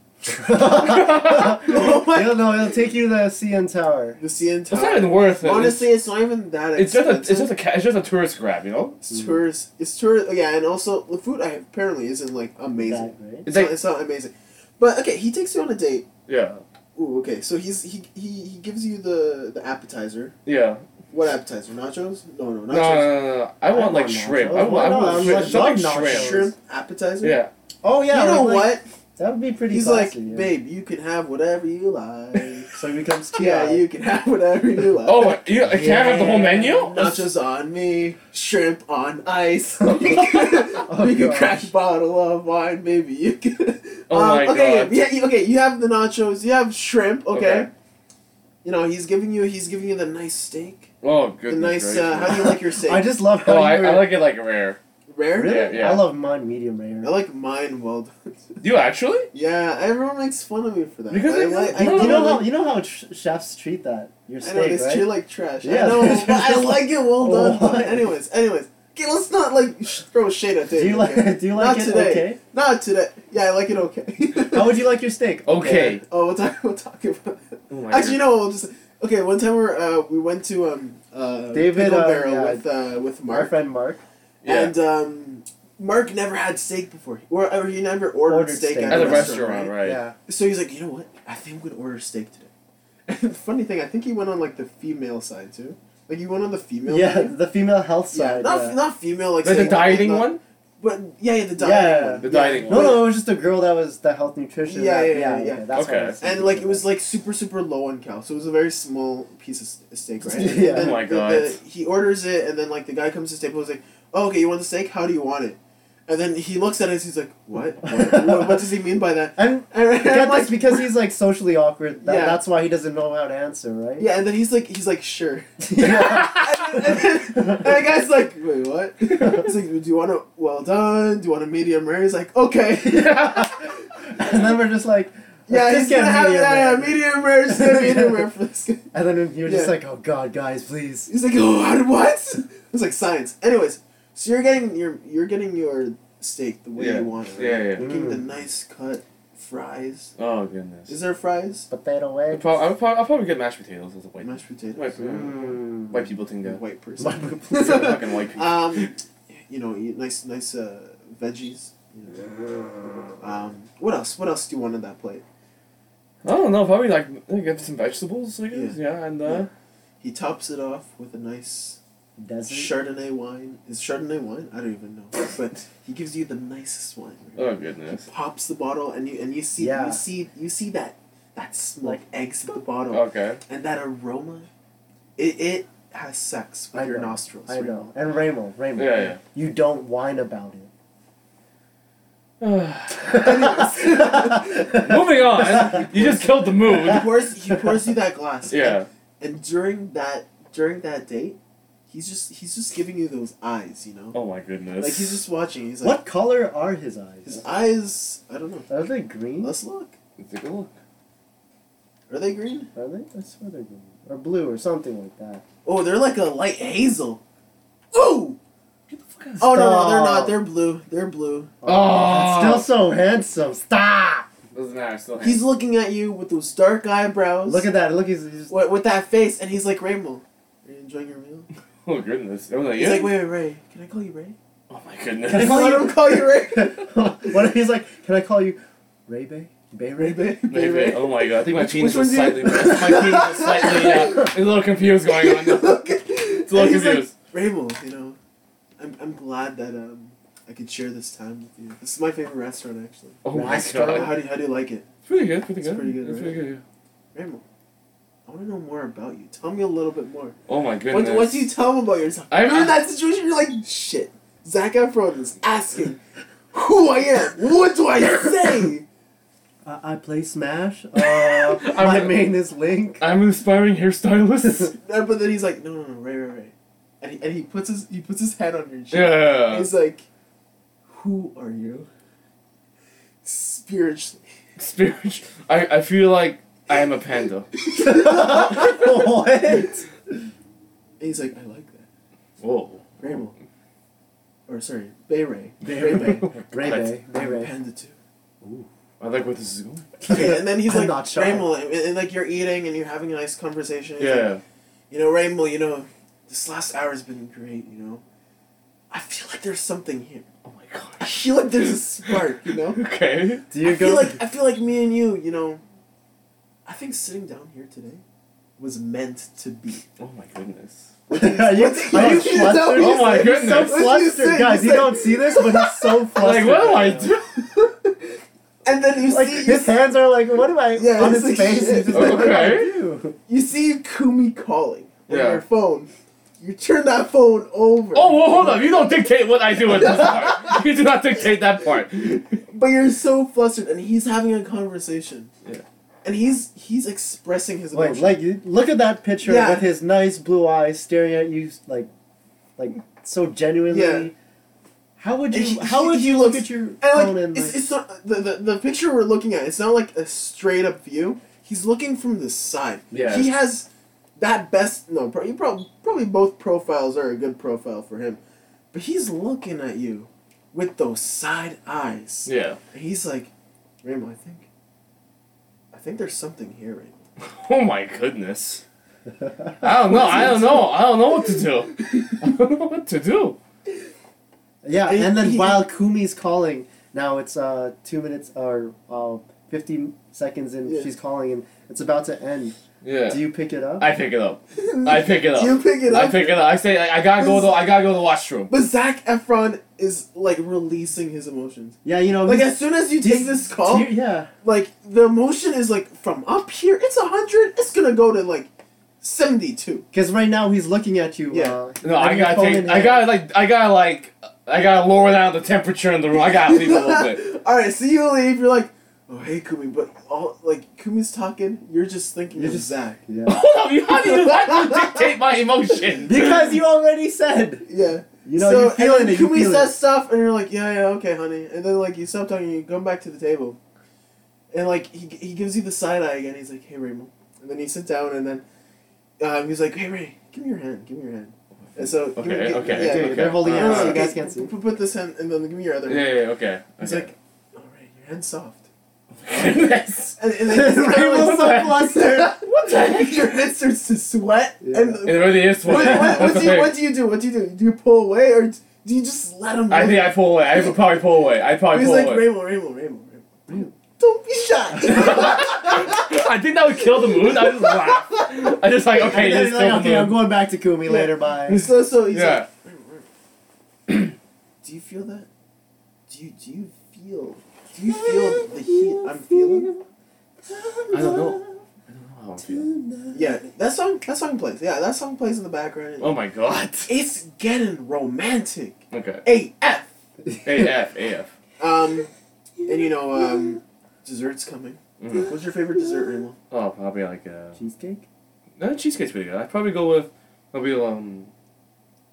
Speaker 1: Oh my- <laughs>
Speaker 2: He'll- no, he'll take you to the CN Tower.
Speaker 1: The CN
Speaker 3: It's
Speaker 1: Tower.
Speaker 3: not even worth it.
Speaker 1: Honestly, it's not even that
Speaker 3: it's, it's just a
Speaker 1: expensive.
Speaker 3: it's just a ca- it's just a tourist grab, you know.
Speaker 1: It's tourist. It's tourist. Oh, yeah, and also the food I apparently isn't like amazing.
Speaker 2: Back, right?
Speaker 3: It's
Speaker 1: It's, not,
Speaker 3: like
Speaker 1: it's not amazing, but okay. He takes you on a date.
Speaker 3: yeah
Speaker 1: Ooh, okay. So he's he he, he gives you the the appetizer.
Speaker 3: yeah.
Speaker 1: What appetizer? Nachos? No, no,
Speaker 3: No,
Speaker 1: nachos.
Speaker 3: no, no, no, no. I want like
Speaker 2: want
Speaker 3: shrimp.
Speaker 2: nachos.
Speaker 3: I want, I
Speaker 2: Why not?
Speaker 3: want
Speaker 2: I
Speaker 3: shrimp.
Speaker 2: like-
Speaker 3: something
Speaker 2: love nachos.
Speaker 3: shrimp.
Speaker 1: Shrimp appetizer.
Speaker 3: Yeah.
Speaker 2: Oh yeah,
Speaker 1: you know
Speaker 2: like,
Speaker 1: what?
Speaker 2: That would be pretty.
Speaker 1: He's
Speaker 2: classy,
Speaker 1: like,
Speaker 2: yeah.
Speaker 1: babe, you can have whatever you like.
Speaker 2: So he becomes Ti.
Speaker 1: yeah, you can have whatever
Speaker 3: <laughs>
Speaker 1: you like.
Speaker 3: Oh, my, you can I have the whole
Speaker 2: Yeah.
Speaker 3: menu?
Speaker 1: Nachos on me, shrimp on
Speaker 2: <laughs>
Speaker 1: ice. we
Speaker 2: Oh,
Speaker 1: could
Speaker 2: gosh.
Speaker 1: crack a bottle of wine, maybe you could.
Speaker 3: Oh
Speaker 1: um,
Speaker 3: my
Speaker 1: okay,
Speaker 3: God.
Speaker 1: yeah, yeah, okay. You have the nachos. You have shrimp. Okay.
Speaker 3: Okay.
Speaker 1: You know he's giving you he's giving you the nice steak.
Speaker 3: Oh, good.
Speaker 1: the nice. Uh, how do
Speaker 3: <laughs>
Speaker 1: you like
Speaker 2: <laughs>
Speaker 1: your steak?
Speaker 2: I just love how
Speaker 3: Oh, I,
Speaker 2: you
Speaker 3: I
Speaker 2: were-
Speaker 3: like it like rare.
Speaker 1: rare.
Speaker 2: Really?
Speaker 3: Yeah, yeah.
Speaker 2: I love mine medium rare.
Speaker 1: I like mine well <laughs> done.
Speaker 3: You actually?
Speaker 1: yeah, everyone makes fun of me for that.
Speaker 3: Because
Speaker 1: I,
Speaker 3: it's-
Speaker 1: like, I
Speaker 2: you,
Speaker 1: do
Speaker 2: you know
Speaker 1: like-
Speaker 2: how you know how ch- chefs treat that your
Speaker 1: I
Speaker 2: steak,
Speaker 1: know, they
Speaker 2: right?
Speaker 1: treat like trash. I
Speaker 2: Yeah. <laughs>
Speaker 1: know, but I like it well done.
Speaker 2: Oh.
Speaker 1: but <laughs> anyways, anyways. Okay, let's not like sh- throw shade at David.
Speaker 2: do you
Speaker 1: okay?
Speaker 2: like <laughs> do you like
Speaker 1: Not
Speaker 2: it
Speaker 1: today.
Speaker 2: okay?
Speaker 1: Not today. Yeah, I like it okay.
Speaker 2: How would you like your steak?
Speaker 3: Okay.
Speaker 1: oh, we'll talk, we'll talk about
Speaker 3: Oh my
Speaker 1: Actually, you know, we'll just... Okay, one time we're, uh, we went to um, uh,
Speaker 2: David,
Speaker 1: Pickle
Speaker 2: uh,
Speaker 1: Barrel
Speaker 2: yeah.
Speaker 1: with, uh, with <laughs>
Speaker 2: Our
Speaker 1: Mark.
Speaker 2: friend Mark.
Speaker 3: Yeah.
Speaker 1: And um, Mark never had steak before. Or, or he never ordered,
Speaker 2: Ordered
Speaker 1: steak,
Speaker 2: steak.
Speaker 1: at,
Speaker 3: At
Speaker 1: a
Speaker 3: the restaurant, right?
Speaker 2: Yeah.
Speaker 1: So he's like, you know what? I think I'm gonna order steak today. <laughs> And funny thing, I think he went on like the female side too. Like he went on the female.
Speaker 2: Yeah,
Speaker 1: menu.
Speaker 2: the female health
Speaker 1: Yeah,
Speaker 2: side.
Speaker 1: not,
Speaker 2: yeah.
Speaker 1: not female like
Speaker 3: Like the
Speaker 1: steak,
Speaker 3: dieting
Speaker 1: not-
Speaker 3: one?
Speaker 1: But yeah, yeah the dieting
Speaker 2: Yeah.
Speaker 1: one.
Speaker 3: The dieting
Speaker 2: No, no, it was just a girl that was the health nutrition.
Speaker 1: Yeah,
Speaker 2: that-
Speaker 1: yeah, yeah, yeah.
Speaker 2: Okay, that's what I
Speaker 3: Okay.
Speaker 2: was
Speaker 1: And
Speaker 2: thinking
Speaker 1: like it
Speaker 2: about.
Speaker 1: was like super super low on cal, so it was a very small piece of s- steak, right?
Speaker 2: <laughs> Yeah.
Speaker 1: And then
Speaker 2: Oh
Speaker 3: my
Speaker 1: the-
Speaker 3: God.
Speaker 1: the- he orders it, and then like the guy comes to the table, and is like, "Oh, okay, you want the steak? How do you want it?" And then he looks at us, he's like,
Speaker 2: <laughs>
Speaker 1: "What? What, what, what does he mean by that?" <laughs>
Speaker 2: And
Speaker 1: And I'm
Speaker 2: get
Speaker 1: like,
Speaker 2: this because he's like socially awkward. That,
Speaker 1: Yeah.
Speaker 2: That's why he doesn't know how to answer, right?
Speaker 1: yeah, and then he's like, he's like, sure.
Speaker 2: <laughs>
Speaker 1: <laughs>
Speaker 2: Yeah.
Speaker 1: and, then, and the
Speaker 2: <laughs>
Speaker 1: guy's like, wait, what? He's like, do you want a well done? Do you want a medium rare? He's like, okay. <laughs>
Speaker 2: and then we're just like,
Speaker 1: Yeah,
Speaker 2: Let's
Speaker 1: he's
Speaker 2: just get
Speaker 1: gonna have
Speaker 2: medium
Speaker 1: yeah,
Speaker 2: rare.
Speaker 1: yeah, medium rare, just get medium rare for this guy.
Speaker 2: and then you're just
Speaker 1: Yeah.
Speaker 2: like, oh god, guys, please.
Speaker 1: He's like, oh, how- what? I was like, science. Anyways, so you're getting your you're getting your steak the way
Speaker 3: Yeah.
Speaker 1: you want it. Right?
Speaker 3: Yeah, yeah.
Speaker 1: You're getting the
Speaker 2: Mm.
Speaker 1: nice cut fries.
Speaker 3: Oh goodness.
Speaker 1: Is there fries?
Speaker 2: Potato
Speaker 3: I'll
Speaker 2: wedge.
Speaker 3: probably, I'll, probably, I'll probably get mashed potatoes as a white
Speaker 1: Mashed potatoes.
Speaker 3: white,
Speaker 2: Mm. <laughs>
Speaker 3: white people
Speaker 1: <laughs>
Speaker 3: thing though.
Speaker 1: White person.
Speaker 2: White
Speaker 3: You're fucking white people.
Speaker 1: um, you know, you- nice nice uh, veggies. You know. Um, what else? What else do you want on that plate?
Speaker 3: I don't know. Probably like I get some vegetables. I guess. Yeah, and uh,
Speaker 1: Yeah. He tops it off with a nice
Speaker 2: Desert.
Speaker 1: Chardonnay wine. Is Chardonnay wine? I don't even know. But he gives you the nicest wine. He
Speaker 3: oh goodness.
Speaker 1: pops the bottle, and you and you see
Speaker 2: Yeah.
Speaker 1: you see you see that that smoke exit the bottle, <sighs>
Speaker 3: Okay.
Speaker 1: and that aroma. It it has sex with
Speaker 2: I
Speaker 1: your
Speaker 2: know.
Speaker 1: nostrils.
Speaker 2: I
Speaker 1: right?
Speaker 2: know. And Raymond, Raymond.
Speaker 3: Yeah, yeah.
Speaker 2: You don't whine about it.
Speaker 1: <laughs>
Speaker 3: Moving on. You just killed the mood.
Speaker 1: He pours he <laughs> pours you that glass.
Speaker 3: <laughs> Yeah.
Speaker 1: And, and during that during that date, he's just he's just giving you those eyes. You know,
Speaker 3: Oh my goodness.
Speaker 1: like he's just watching. He's like
Speaker 2: what color are his
Speaker 1: his
Speaker 2: eyes?
Speaker 1: eyes. I don't know.
Speaker 2: Are they green?
Speaker 1: Let's look.
Speaker 3: Take a look.
Speaker 1: Are they green?
Speaker 2: Are they? I swear they're green. Or blue or something like that.
Speaker 1: Oh, they're like a light hazel. Oh!
Speaker 3: Get the fuck out of
Speaker 1: Oh no, no, they're not.
Speaker 2: Stop.
Speaker 1: They're blue. They're blue.
Speaker 3: Oh.
Speaker 2: Still so handsome. Stop!
Speaker 3: Doesn't matter. Still.
Speaker 1: He's
Speaker 3: hang.
Speaker 1: looking at you with those dark eyebrows.
Speaker 2: Look at that. Look, he's, he's
Speaker 1: with, with that face, and he's like, Rainbow, are you enjoying your meal?
Speaker 3: Oh goodness. Oh, no,
Speaker 1: He's
Speaker 3: yeah?
Speaker 1: like, wait, wait, Ray, can I call you Ray?
Speaker 3: Oh my
Speaker 2: Can I
Speaker 3: goodness.
Speaker 2: call
Speaker 1: Let
Speaker 2: you-
Speaker 1: him call you Ray.
Speaker 2: <laughs>
Speaker 1: <laughs>
Speaker 2: what if he's like, can I call you Ray Bay? Bay Ray Bay?
Speaker 3: Maybe. Oh my god. I think my
Speaker 1: Which-
Speaker 3: penis
Speaker 1: which
Speaker 3: was
Speaker 1: one's
Speaker 3: slightly.
Speaker 1: you-
Speaker 3: my penis was slightly. Uh, a little confused going on.
Speaker 1: <laughs> it's
Speaker 3: It's a little
Speaker 1: <laughs> he's like,
Speaker 3: confused.
Speaker 1: Rainbow, you know, I'm, I'm glad that um, I could share this time with you. This is my favorite restaurant, actually.
Speaker 3: oh my
Speaker 2: Restaurant.
Speaker 3: god.
Speaker 1: How do you, how do you like it?
Speaker 3: It's pretty good. Pretty
Speaker 1: It's
Speaker 3: good.
Speaker 1: pretty good,
Speaker 3: It's
Speaker 1: right?
Speaker 3: pretty good. yeah.
Speaker 1: Rainbow, I want to know more about you. Tell me a little bit more.
Speaker 3: Oh my
Speaker 1: Once,
Speaker 3: goodness.
Speaker 1: once you tell him about yourself,
Speaker 3: I-
Speaker 1: you're in
Speaker 3: I-
Speaker 1: that situation, you're like, shit. Zach Efron is asking who I am. What do I say?
Speaker 2: I, I play Smash. Uh,
Speaker 3: <laughs> I'm
Speaker 2: my
Speaker 3: a-
Speaker 2: main is Link.
Speaker 3: I'm an aspiring
Speaker 1: <laughs>
Speaker 3: hairstylist.
Speaker 1: Uh, but then he's like, no, no, no, right, right, right. And he, and he puts his he puts his head on your chin. And
Speaker 3: yeah.
Speaker 1: he's like, who are you? Spiritually.
Speaker 3: Spiritual. I, I feel like I am a panda.
Speaker 2: <laughs> what?
Speaker 1: And he's like, I like that.
Speaker 3: Whoa.
Speaker 1: Rainbow. Or sorry, Bay Ray. Ray <laughs> Bay.
Speaker 2: Ray Ray. Ray
Speaker 1: I'm a
Speaker 2: Ray.
Speaker 1: Panda too.
Speaker 3: I like where this is going.
Speaker 1: Okay, <laughs> and then he's
Speaker 2: I'm
Speaker 1: like,
Speaker 2: not shy.
Speaker 1: Rainbow, and, and like you're eating and you're having a nice conversation. He's like,
Speaker 3: Yeah.
Speaker 1: you know, Rainbow, you know, this last hour's been great, you know. I feel like there's something here.
Speaker 3: Oh my
Speaker 1: I
Speaker 3: gosh.
Speaker 1: feel like there's a spark, you know?
Speaker 3: Okay.
Speaker 2: Do you
Speaker 1: I
Speaker 2: go?
Speaker 1: feel like
Speaker 2: <laughs>
Speaker 1: I feel like me and you, you know, I think sitting down here today was meant to
Speaker 2: <laughs>
Speaker 1: be.
Speaker 3: Oh my goodness.
Speaker 2: are you,
Speaker 1: What do
Speaker 2: are you
Speaker 1: you mean?
Speaker 2: flustered?
Speaker 1: Oh
Speaker 3: my
Speaker 2: He's
Speaker 3: goodness.
Speaker 2: so
Speaker 1: What do you
Speaker 2: flustered,
Speaker 1: say?
Speaker 2: guys.
Speaker 1: You
Speaker 2: You
Speaker 1: say-
Speaker 2: don't see this, but he's so flustered.
Speaker 3: like, what do I
Speaker 2: right now.
Speaker 3: do?
Speaker 1: <laughs> and then you
Speaker 2: Like
Speaker 1: see
Speaker 2: his hands are like, what do I?
Speaker 1: Yeah,
Speaker 2: on
Speaker 1: it's like
Speaker 2: his face,
Speaker 1: shit.
Speaker 2: he's just like, what do I
Speaker 3: Okay.
Speaker 2: do?
Speaker 1: you see Kumi calling on
Speaker 3: Yeah.
Speaker 1: your phone. You turn that phone over.
Speaker 3: Oh, well, hold up. You don't dictate what I do at this
Speaker 1: <laughs>
Speaker 3: part. You do not dictate that part.
Speaker 1: But you're so flustered, and he's having a conversation.
Speaker 3: Yeah.
Speaker 1: And he's he's expressing his
Speaker 2: Like,
Speaker 1: emotions.
Speaker 2: like you look at that picture
Speaker 1: Yeah.
Speaker 2: with his nice blue eyes staring at you, like, like so genuinely.
Speaker 1: Yeah.
Speaker 2: How would
Speaker 1: And
Speaker 2: you?
Speaker 1: he-
Speaker 2: How
Speaker 1: he-
Speaker 2: would
Speaker 1: he
Speaker 2: you look
Speaker 1: looks-
Speaker 2: at your phone
Speaker 1: and like
Speaker 2: and
Speaker 1: it's,
Speaker 2: like?
Speaker 1: it's not the, the the picture we're looking at. It's not like a straight up view. He's looking from the side.
Speaker 3: Yeah.
Speaker 1: He has that best. No, pro- you probably probably both profiles are a good profile for him, but he's looking at you with those side eyes.
Speaker 3: Yeah.
Speaker 1: And he's like, Raymond, I think, I think there's something here, Raymond.
Speaker 3: Oh my goodness.
Speaker 2: <laughs>
Speaker 3: I don't know. I don't know. I don't know what to do. <laughs> I don't know what to do.
Speaker 2: Yeah,
Speaker 1: And
Speaker 2: and then
Speaker 1: he-
Speaker 2: while Kumi's calling, now it's uh two minutes or uh, fifty seconds, and
Speaker 1: Yeah.
Speaker 2: she's calling, and it's about to end. Do
Speaker 3: Yeah.
Speaker 2: you pick it up?
Speaker 3: I pick it up. I pick it up.
Speaker 1: You pick it
Speaker 3: I
Speaker 1: up.
Speaker 3: pick it up. I say I, I gotta go to I gotta go to the washroom.
Speaker 1: But Zach Efron is like releasing his emotions.
Speaker 2: yeah, you know,
Speaker 1: Like
Speaker 2: he's-
Speaker 1: as soon as you
Speaker 2: do
Speaker 1: take
Speaker 2: you-
Speaker 1: this
Speaker 2: do
Speaker 1: call,
Speaker 2: you- yeah,
Speaker 1: like the emotion is like from up here, it's a hundred, it's gonna go to like seventy-two.
Speaker 2: because right now he's looking at you.
Speaker 1: Yeah.
Speaker 2: Uh,
Speaker 3: No,
Speaker 2: with
Speaker 3: I
Speaker 2: your
Speaker 3: gotta
Speaker 2: phone
Speaker 3: take
Speaker 2: in
Speaker 3: I
Speaker 2: hand.
Speaker 3: gotta like I gotta like I gotta lower down the temperature in the room. I gotta leave a little <laughs> bit.
Speaker 1: <laughs> All right, so you leave. You're like, oh hey Kumi, but all like Kumi's talking, you're just thinking
Speaker 2: You're
Speaker 1: of
Speaker 2: just-
Speaker 1: Zach.
Speaker 3: <laughs>
Speaker 2: Yeah.
Speaker 3: Hold up, you how do you how do you dictate my emotion?
Speaker 2: because you already said.
Speaker 1: Yeah.
Speaker 2: You know,
Speaker 1: so,
Speaker 2: you're feeling
Speaker 1: and then
Speaker 2: it. You
Speaker 1: Kumi
Speaker 2: feel
Speaker 1: says
Speaker 2: it.
Speaker 1: stuff, and you're like, yeah, yeah, okay, honey. And then like you stop talking, you come back to the table, and like he, he gives you the side eye again. He's like, hey Raymond, and then you sit down, and then um, he's like, hey Ray, give me your hand, give me your hand. And so give me-
Speaker 3: Okay,
Speaker 1: give-
Speaker 3: okay,
Speaker 1: yeah,
Speaker 2: Dude,
Speaker 3: okay. Uh,
Speaker 2: they're holding
Speaker 1: No,
Speaker 3: Alright,
Speaker 1: no,
Speaker 2: hands,
Speaker 1: no,
Speaker 2: so you
Speaker 3: alright.
Speaker 2: guys
Speaker 1: okay,
Speaker 2: can't see.
Speaker 1: p- Put this hand, and then give me your other
Speaker 3: Yeah,
Speaker 1: hand.
Speaker 3: yeah, yeah, okay.
Speaker 1: He's
Speaker 3: okay.
Speaker 1: like, all right, your hand's soft. <laughs>
Speaker 3: Goodness.
Speaker 1: And, and then he's kinda
Speaker 2: Raymond's
Speaker 1: like,
Speaker 2: so
Speaker 3: what <laughs>
Speaker 2: flustered.
Speaker 3: What the
Speaker 1: <laughs>
Speaker 3: heck?
Speaker 1: your head starts to sweat.
Speaker 2: Yeah.
Speaker 1: And
Speaker 3: It really is
Speaker 1: what,
Speaker 3: what,
Speaker 1: what,
Speaker 3: what
Speaker 1: what,
Speaker 3: the
Speaker 1: do you,
Speaker 3: heck?
Speaker 1: what do you do? What do you do? Do you pull away, or do you just let him?
Speaker 3: I
Speaker 1: go?
Speaker 3: think I pull away. I would probably pull away. I probably
Speaker 1: He's
Speaker 3: pull
Speaker 1: like,
Speaker 3: away.
Speaker 1: Rainbow, Rainbow, Rainbow, Rainbow. Don't be
Speaker 3: <laughs>
Speaker 1: shy.
Speaker 3: <laughs>
Speaker 1: <laughs>
Speaker 3: I think that would kill the mood. I just laugh. I just like okay,
Speaker 2: And then
Speaker 3: just
Speaker 2: you're like,
Speaker 3: kill
Speaker 2: okay,
Speaker 3: the
Speaker 2: I'm
Speaker 3: mood.
Speaker 2: going back to Kumi later. Bye.
Speaker 1: so, so he's
Speaker 3: Yeah.
Speaker 1: like, Rainbow, Rainbow. do you feel that? Do you, do you feel? Do you feel the heat I'm feeling?
Speaker 3: I don't know. I don't know how I'm feeling.
Speaker 1: Yeah, that song. That song plays. Yeah, that song plays in the background.
Speaker 3: Oh my <laughs> god.
Speaker 1: It's getting romantic.
Speaker 3: Okay.
Speaker 1: AF.
Speaker 3: AF, AF.
Speaker 1: Um, and you know, um, dessert's coming.
Speaker 3: Mhm.
Speaker 1: What's your favorite dessert, Rainbow?
Speaker 3: Oh, probably like uh
Speaker 2: Cheesecake.
Speaker 3: no cheesecake's pretty good. I'd probably go with maybe um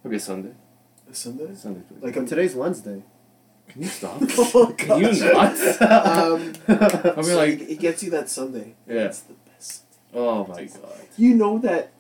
Speaker 3: maybe a Sunday.
Speaker 1: A Sunday?
Speaker 3: Sunday's pretty
Speaker 1: Like
Speaker 2: But
Speaker 1: a.
Speaker 2: today's Wednesday.
Speaker 3: good. Can you stop?
Speaker 1: <laughs> Oh,
Speaker 3: Can you
Speaker 1: gosh. <laughs>
Speaker 3: not? <laughs>
Speaker 1: Um,
Speaker 3: I'll be
Speaker 1: so
Speaker 3: like-
Speaker 1: it- it gets you that Sunday.
Speaker 3: Yeah.
Speaker 1: It's the best.
Speaker 3: Oh my god.
Speaker 1: You know that,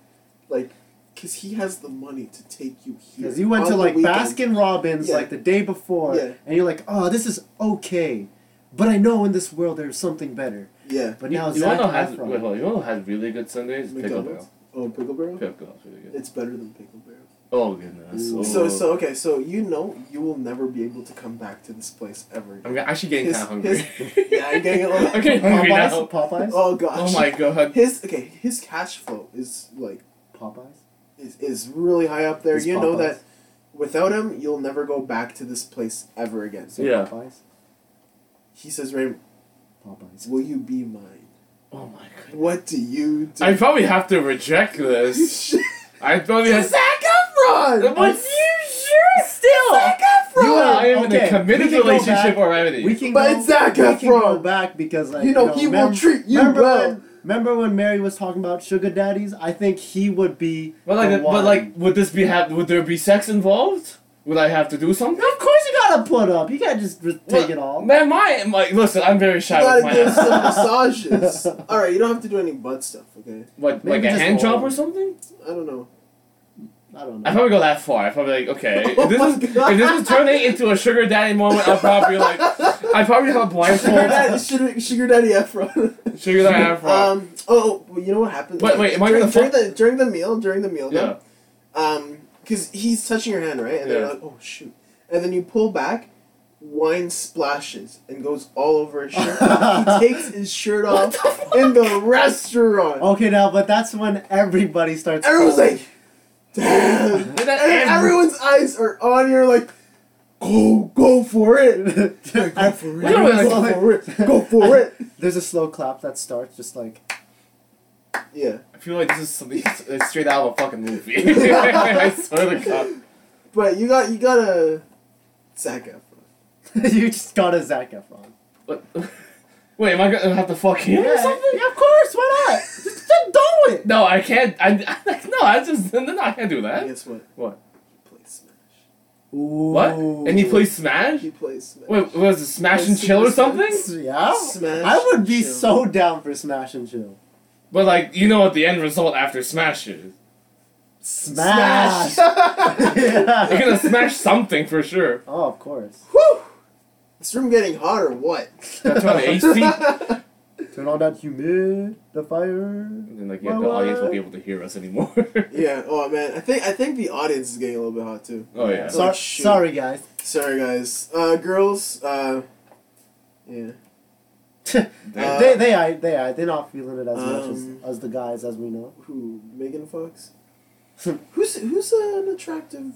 Speaker 1: like, because he has the money to take you here.
Speaker 2: Because you went
Speaker 1: on
Speaker 2: to
Speaker 1: the
Speaker 2: like
Speaker 1: weekend.
Speaker 2: Baskin Robbins
Speaker 1: Yeah.
Speaker 2: like the day before,
Speaker 1: Yeah.
Speaker 2: and you're like, oh, this is okay, but I know in this world there's something better.
Speaker 1: Yeah.
Speaker 2: But
Speaker 3: you,
Speaker 2: now
Speaker 3: you
Speaker 2: Zac
Speaker 3: wanna know has,
Speaker 2: Efron. <laughs>
Speaker 3: wait, hold on. You wanna know what has really good Sundays? Pickle
Speaker 1: McDonald's?
Speaker 3: Bell.
Speaker 1: Oh, Pickle Barrel?
Speaker 3: Pickle Bell's really good.
Speaker 1: It's better than Pickle Barrel.
Speaker 3: Oh goodness.
Speaker 2: Ooh.
Speaker 3: Oh.
Speaker 1: So, so, okay, so you know you will never be able to come back to this place ever. again.
Speaker 3: I'm actually getting kind
Speaker 1: His-
Speaker 3: of hungry.
Speaker 1: <laughs> yeah, I'm getting a little-
Speaker 3: <laughs> I'm getting hungry now.
Speaker 2: Popeyes. Popeyes.
Speaker 1: Oh, gosh.
Speaker 3: Oh my god.
Speaker 1: His, okay, his cash flow is, like,
Speaker 2: Popeyes.
Speaker 1: is, is really high up there.
Speaker 2: It's
Speaker 1: you know
Speaker 2: Popeyes.
Speaker 1: that without him, you'll never go back to this place ever again.
Speaker 2: So
Speaker 3: Yeah.
Speaker 2: Popeyes.
Speaker 1: He says, Raymond,
Speaker 2: Popeyes.
Speaker 1: will you be mine?
Speaker 3: Oh my god.
Speaker 1: What do you do?
Speaker 3: I probably have to
Speaker 1: <laughs>
Speaker 3: reject this.
Speaker 1: Shit,
Speaker 3: I probably have.
Speaker 1: Zac Efron!
Speaker 3: What?
Speaker 1: Zac Efron!
Speaker 3: You and I am in a
Speaker 2: Okay,
Speaker 3: committed
Speaker 2: we can go
Speaker 3: relationship
Speaker 2: back.
Speaker 3: already.
Speaker 2: We can
Speaker 1: But
Speaker 2: go,
Speaker 1: it's Zac
Speaker 2: we can go
Speaker 1: Efron.
Speaker 2: back because like
Speaker 1: You know, he will treat you
Speaker 2: remember
Speaker 1: well.
Speaker 2: When, remember when Mary was talking about sugar daddies? I think he would be.
Speaker 3: but like,
Speaker 2: the
Speaker 3: but
Speaker 2: one.
Speaker 3: like, would this be hap- Would there be sex involved? Would I have to do something?
Speaker 2: of course you gotta put up. You gotta just re- take
Speaker 3: Well,
Speaker 2: it all.
Speaker 3: Man, my like, listen, I'm very
Speaker 1: You
Speaker 3: shy
Speaker 1: gotta
Speaker 3: with my
Speaker 1: give
Speaker 3: ass.
Speaker 1: some massages. All right, you don't have to do any butt stuff, okay?
Speaker 3: <laughs> What,
Speaker 2: Maybe
Speaker 3: like a
Speaker 2: just
Speaker 3: hand job
Speaker 2: all-
Speaker 3: or something?
Speaker 1: I don't know.
Speaker 2: I don't
Speaker 3: I
Speaker 2: know.
Speaker 3: probably go that far. I probably like, okay,
Speaker 1: Oh
Speaker 3: if this
Speaker 1: my
Speaker 3: is
Speaker 1: God.
Speaker 3: if this is turning into a sugar daddy moment, I'll probably like, I probably have
Speaker 1: Sugar
Speaker 3: a blindfold.
Speaker 1: daddy, <laughs> sugar, sugar daddy Efron.
Speaker 3: sugar daddy afro.
Speaker 1: Um. Oh, well, you know what happened?
Speaker 3: Wait, wait, am I
Speaker 1: during,
Speaker 3: gonna
Speaker 1: during
Speaker 3: fuck-
Speaker 1: the during the meal? During the meal,
Speaker 3: yeah.
Speaker 1: yeah. Um, because he's touching your hand, right? And then
Speaker 3: Yeah.
Speaker 1: you're like, oh shoot! And then you pull back, wine splashes and goes all over his shirt. he takes his shirt off in the restaurant.
Speaker 2: Okay, now, but that's when everybody starts.
Speaker 1: Everyone's
Speaker 2: falling.
Speaker 1: like, damn. And
Speaker 3: And then
Speaker 1: everyone's eyes are on you, like, go, go for it. Go
Speaker 2: <laughs>
Speaker 1: for it.
Speaker 3: Wait, wait,
Speaker 1: Go
Speaker 2: wait.
Speaker 1: for it. Go for it.
Speaker 2: <laughs> There's a slow clap that starts, just like <laughs>
Speaker 1: Yeah.
Speaker 3: <laughs> I feel like this is something that's straight out of a fucking movie. <laughs> I swear to God.
Speaker 1: But you got you got a Zac Efron.
Speaker 2: you just got a Zac Efron.
Speaker 3: What? Wait, am I gonna have to fuck him or something?
Speaker 2: yeah, of course. Why
Speaker 3: <laughs>
Speaker 2: not? just, just do it.
Speaker 3: No, I can't. I, <laughs> no, I just no, I can't do that.
Speaker 1: Guess what?
Speaker 3: What?
Speaker 1: He plays Smash.
Speaker 3: What? And he plays Smash?
Speaker 1: He plays Smash.
Speaker 3: Wait, was it Smash and
Speaker 1: Plays
Speaker 3: Chill or
Speaker 1: Super
Speaker 3: something?
Speaker 2: Yeah.
Speaker 1: Smash
Speaker 2: I would be
Speaker 1: Chill.
Speaker 2: so down for Smash and Chill.
Speaker 3: But like, you know what the end result after Smash is?
Speaker 2: Smash.
Speaker 3: <laughs> You're
Speaker 2: Yeah.
Speaker 3: gonna smash something for sure.
Speaker 2: Oh, of course.
Speaker 1: Whew! This room getting hot or what?
Speaker 3: <laughs> That's why the AC.
Speaker 2: Turn on that humidifier.
Speaker 3: And then like, yeah, the audience won't be able to hear us anymore.
Speaker 1: <laughs>
Speaker 3: <laughs>
Speaker 1: yeah. Oh man, I think I think the audience is getting a little bit hot too.
Speaker 3: oh yeah.
Speaker 2: Sor-
Speaker 1: Oh, shoot.
Speaker 2: sorry, guys. <laughs>
Speaker 1: Sorry guys. Uh, girls. Uh, yeah. Uh,
Speaker 2: they they are they are they're not feeling it as
Speaker 1: Um,
Speaker 2: much as, as the guys as we know.
Speaker 1: Who? Megan
Speaker 3: <laughs>
Speaker 1: Fox. who's who's an attractive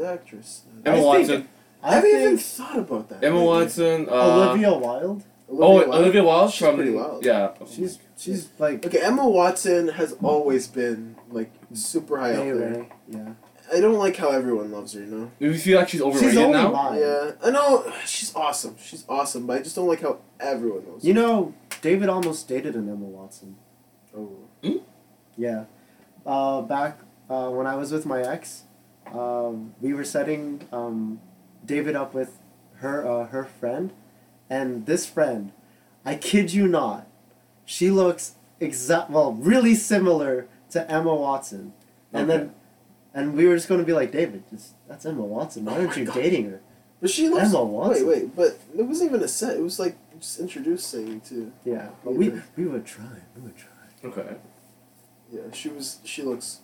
Speaker 1: uh, actress?
Speaker 3: Emma
Speaker 2: I think-
Speaker 3: Watson.
Speaker 1: I haven't even
Speaker 2: think
Speaker 1: thought about that.
Speaker 3: Emma
Speaker 1: Maybe.
Speaker 3: Watson. Uh,
Speaker 2: Olivia Wilde.
Speaker 3: Oh,
Speaker 1: Wilde.
Speaker 3: Olivia Wilde
Speaker 1: She's
Speaker 3: from
Speaker 1: pretty wild.
Speaker 3: yeah.
Speaker 1: oh
Speaker 2: She's she's like
Speaker 1: Okay, Emma Watson has always been like super high up there.
Speaker 2: A-Ray. Yeah.
Speaker 1: I don't like how everyone loves her, you know.
Speaker 3: Do you feel like she's overrated
Speaker 2: She's only
Speaker 3: now?
Speaker 2: mine.
Speaker 1: Yeah, I know she's awesome. She's awesome, but I just don't like how everyone loves her.
Speaker 2: You know, David almost dated an Emma Watson.
Speaker 1: Oh.
Speaker 2: Yeah. Uh, back uh, when I was with my ex, um, we were setting um, David up with her uh, her friend, and this friend, I kid you not, she looks exact well really similar to Emma Watson, and
Speaker 3: Okay.
Speaker 2: then, and we were just gonna be like David, just that's Emma Watson. Why
Speaker 1: Oh
Speaker 2: aren't
Speaker 1: my
Speaker 2: you
Speaker 1: God.
Speaker 2: dating her?
Speaker 1: But she looks.
Speaker 2: Emma Watson.
Speaker 1: Wait, wait, but it wasn't even a set. It was like just introducing to.
Speaker 2: Yeah, but
Speaker 1: Yeah.
Speaker 2: we we were trying, we were trying.
Speaker 3: Okay.
Speaker 1: Yeah, she was. She looks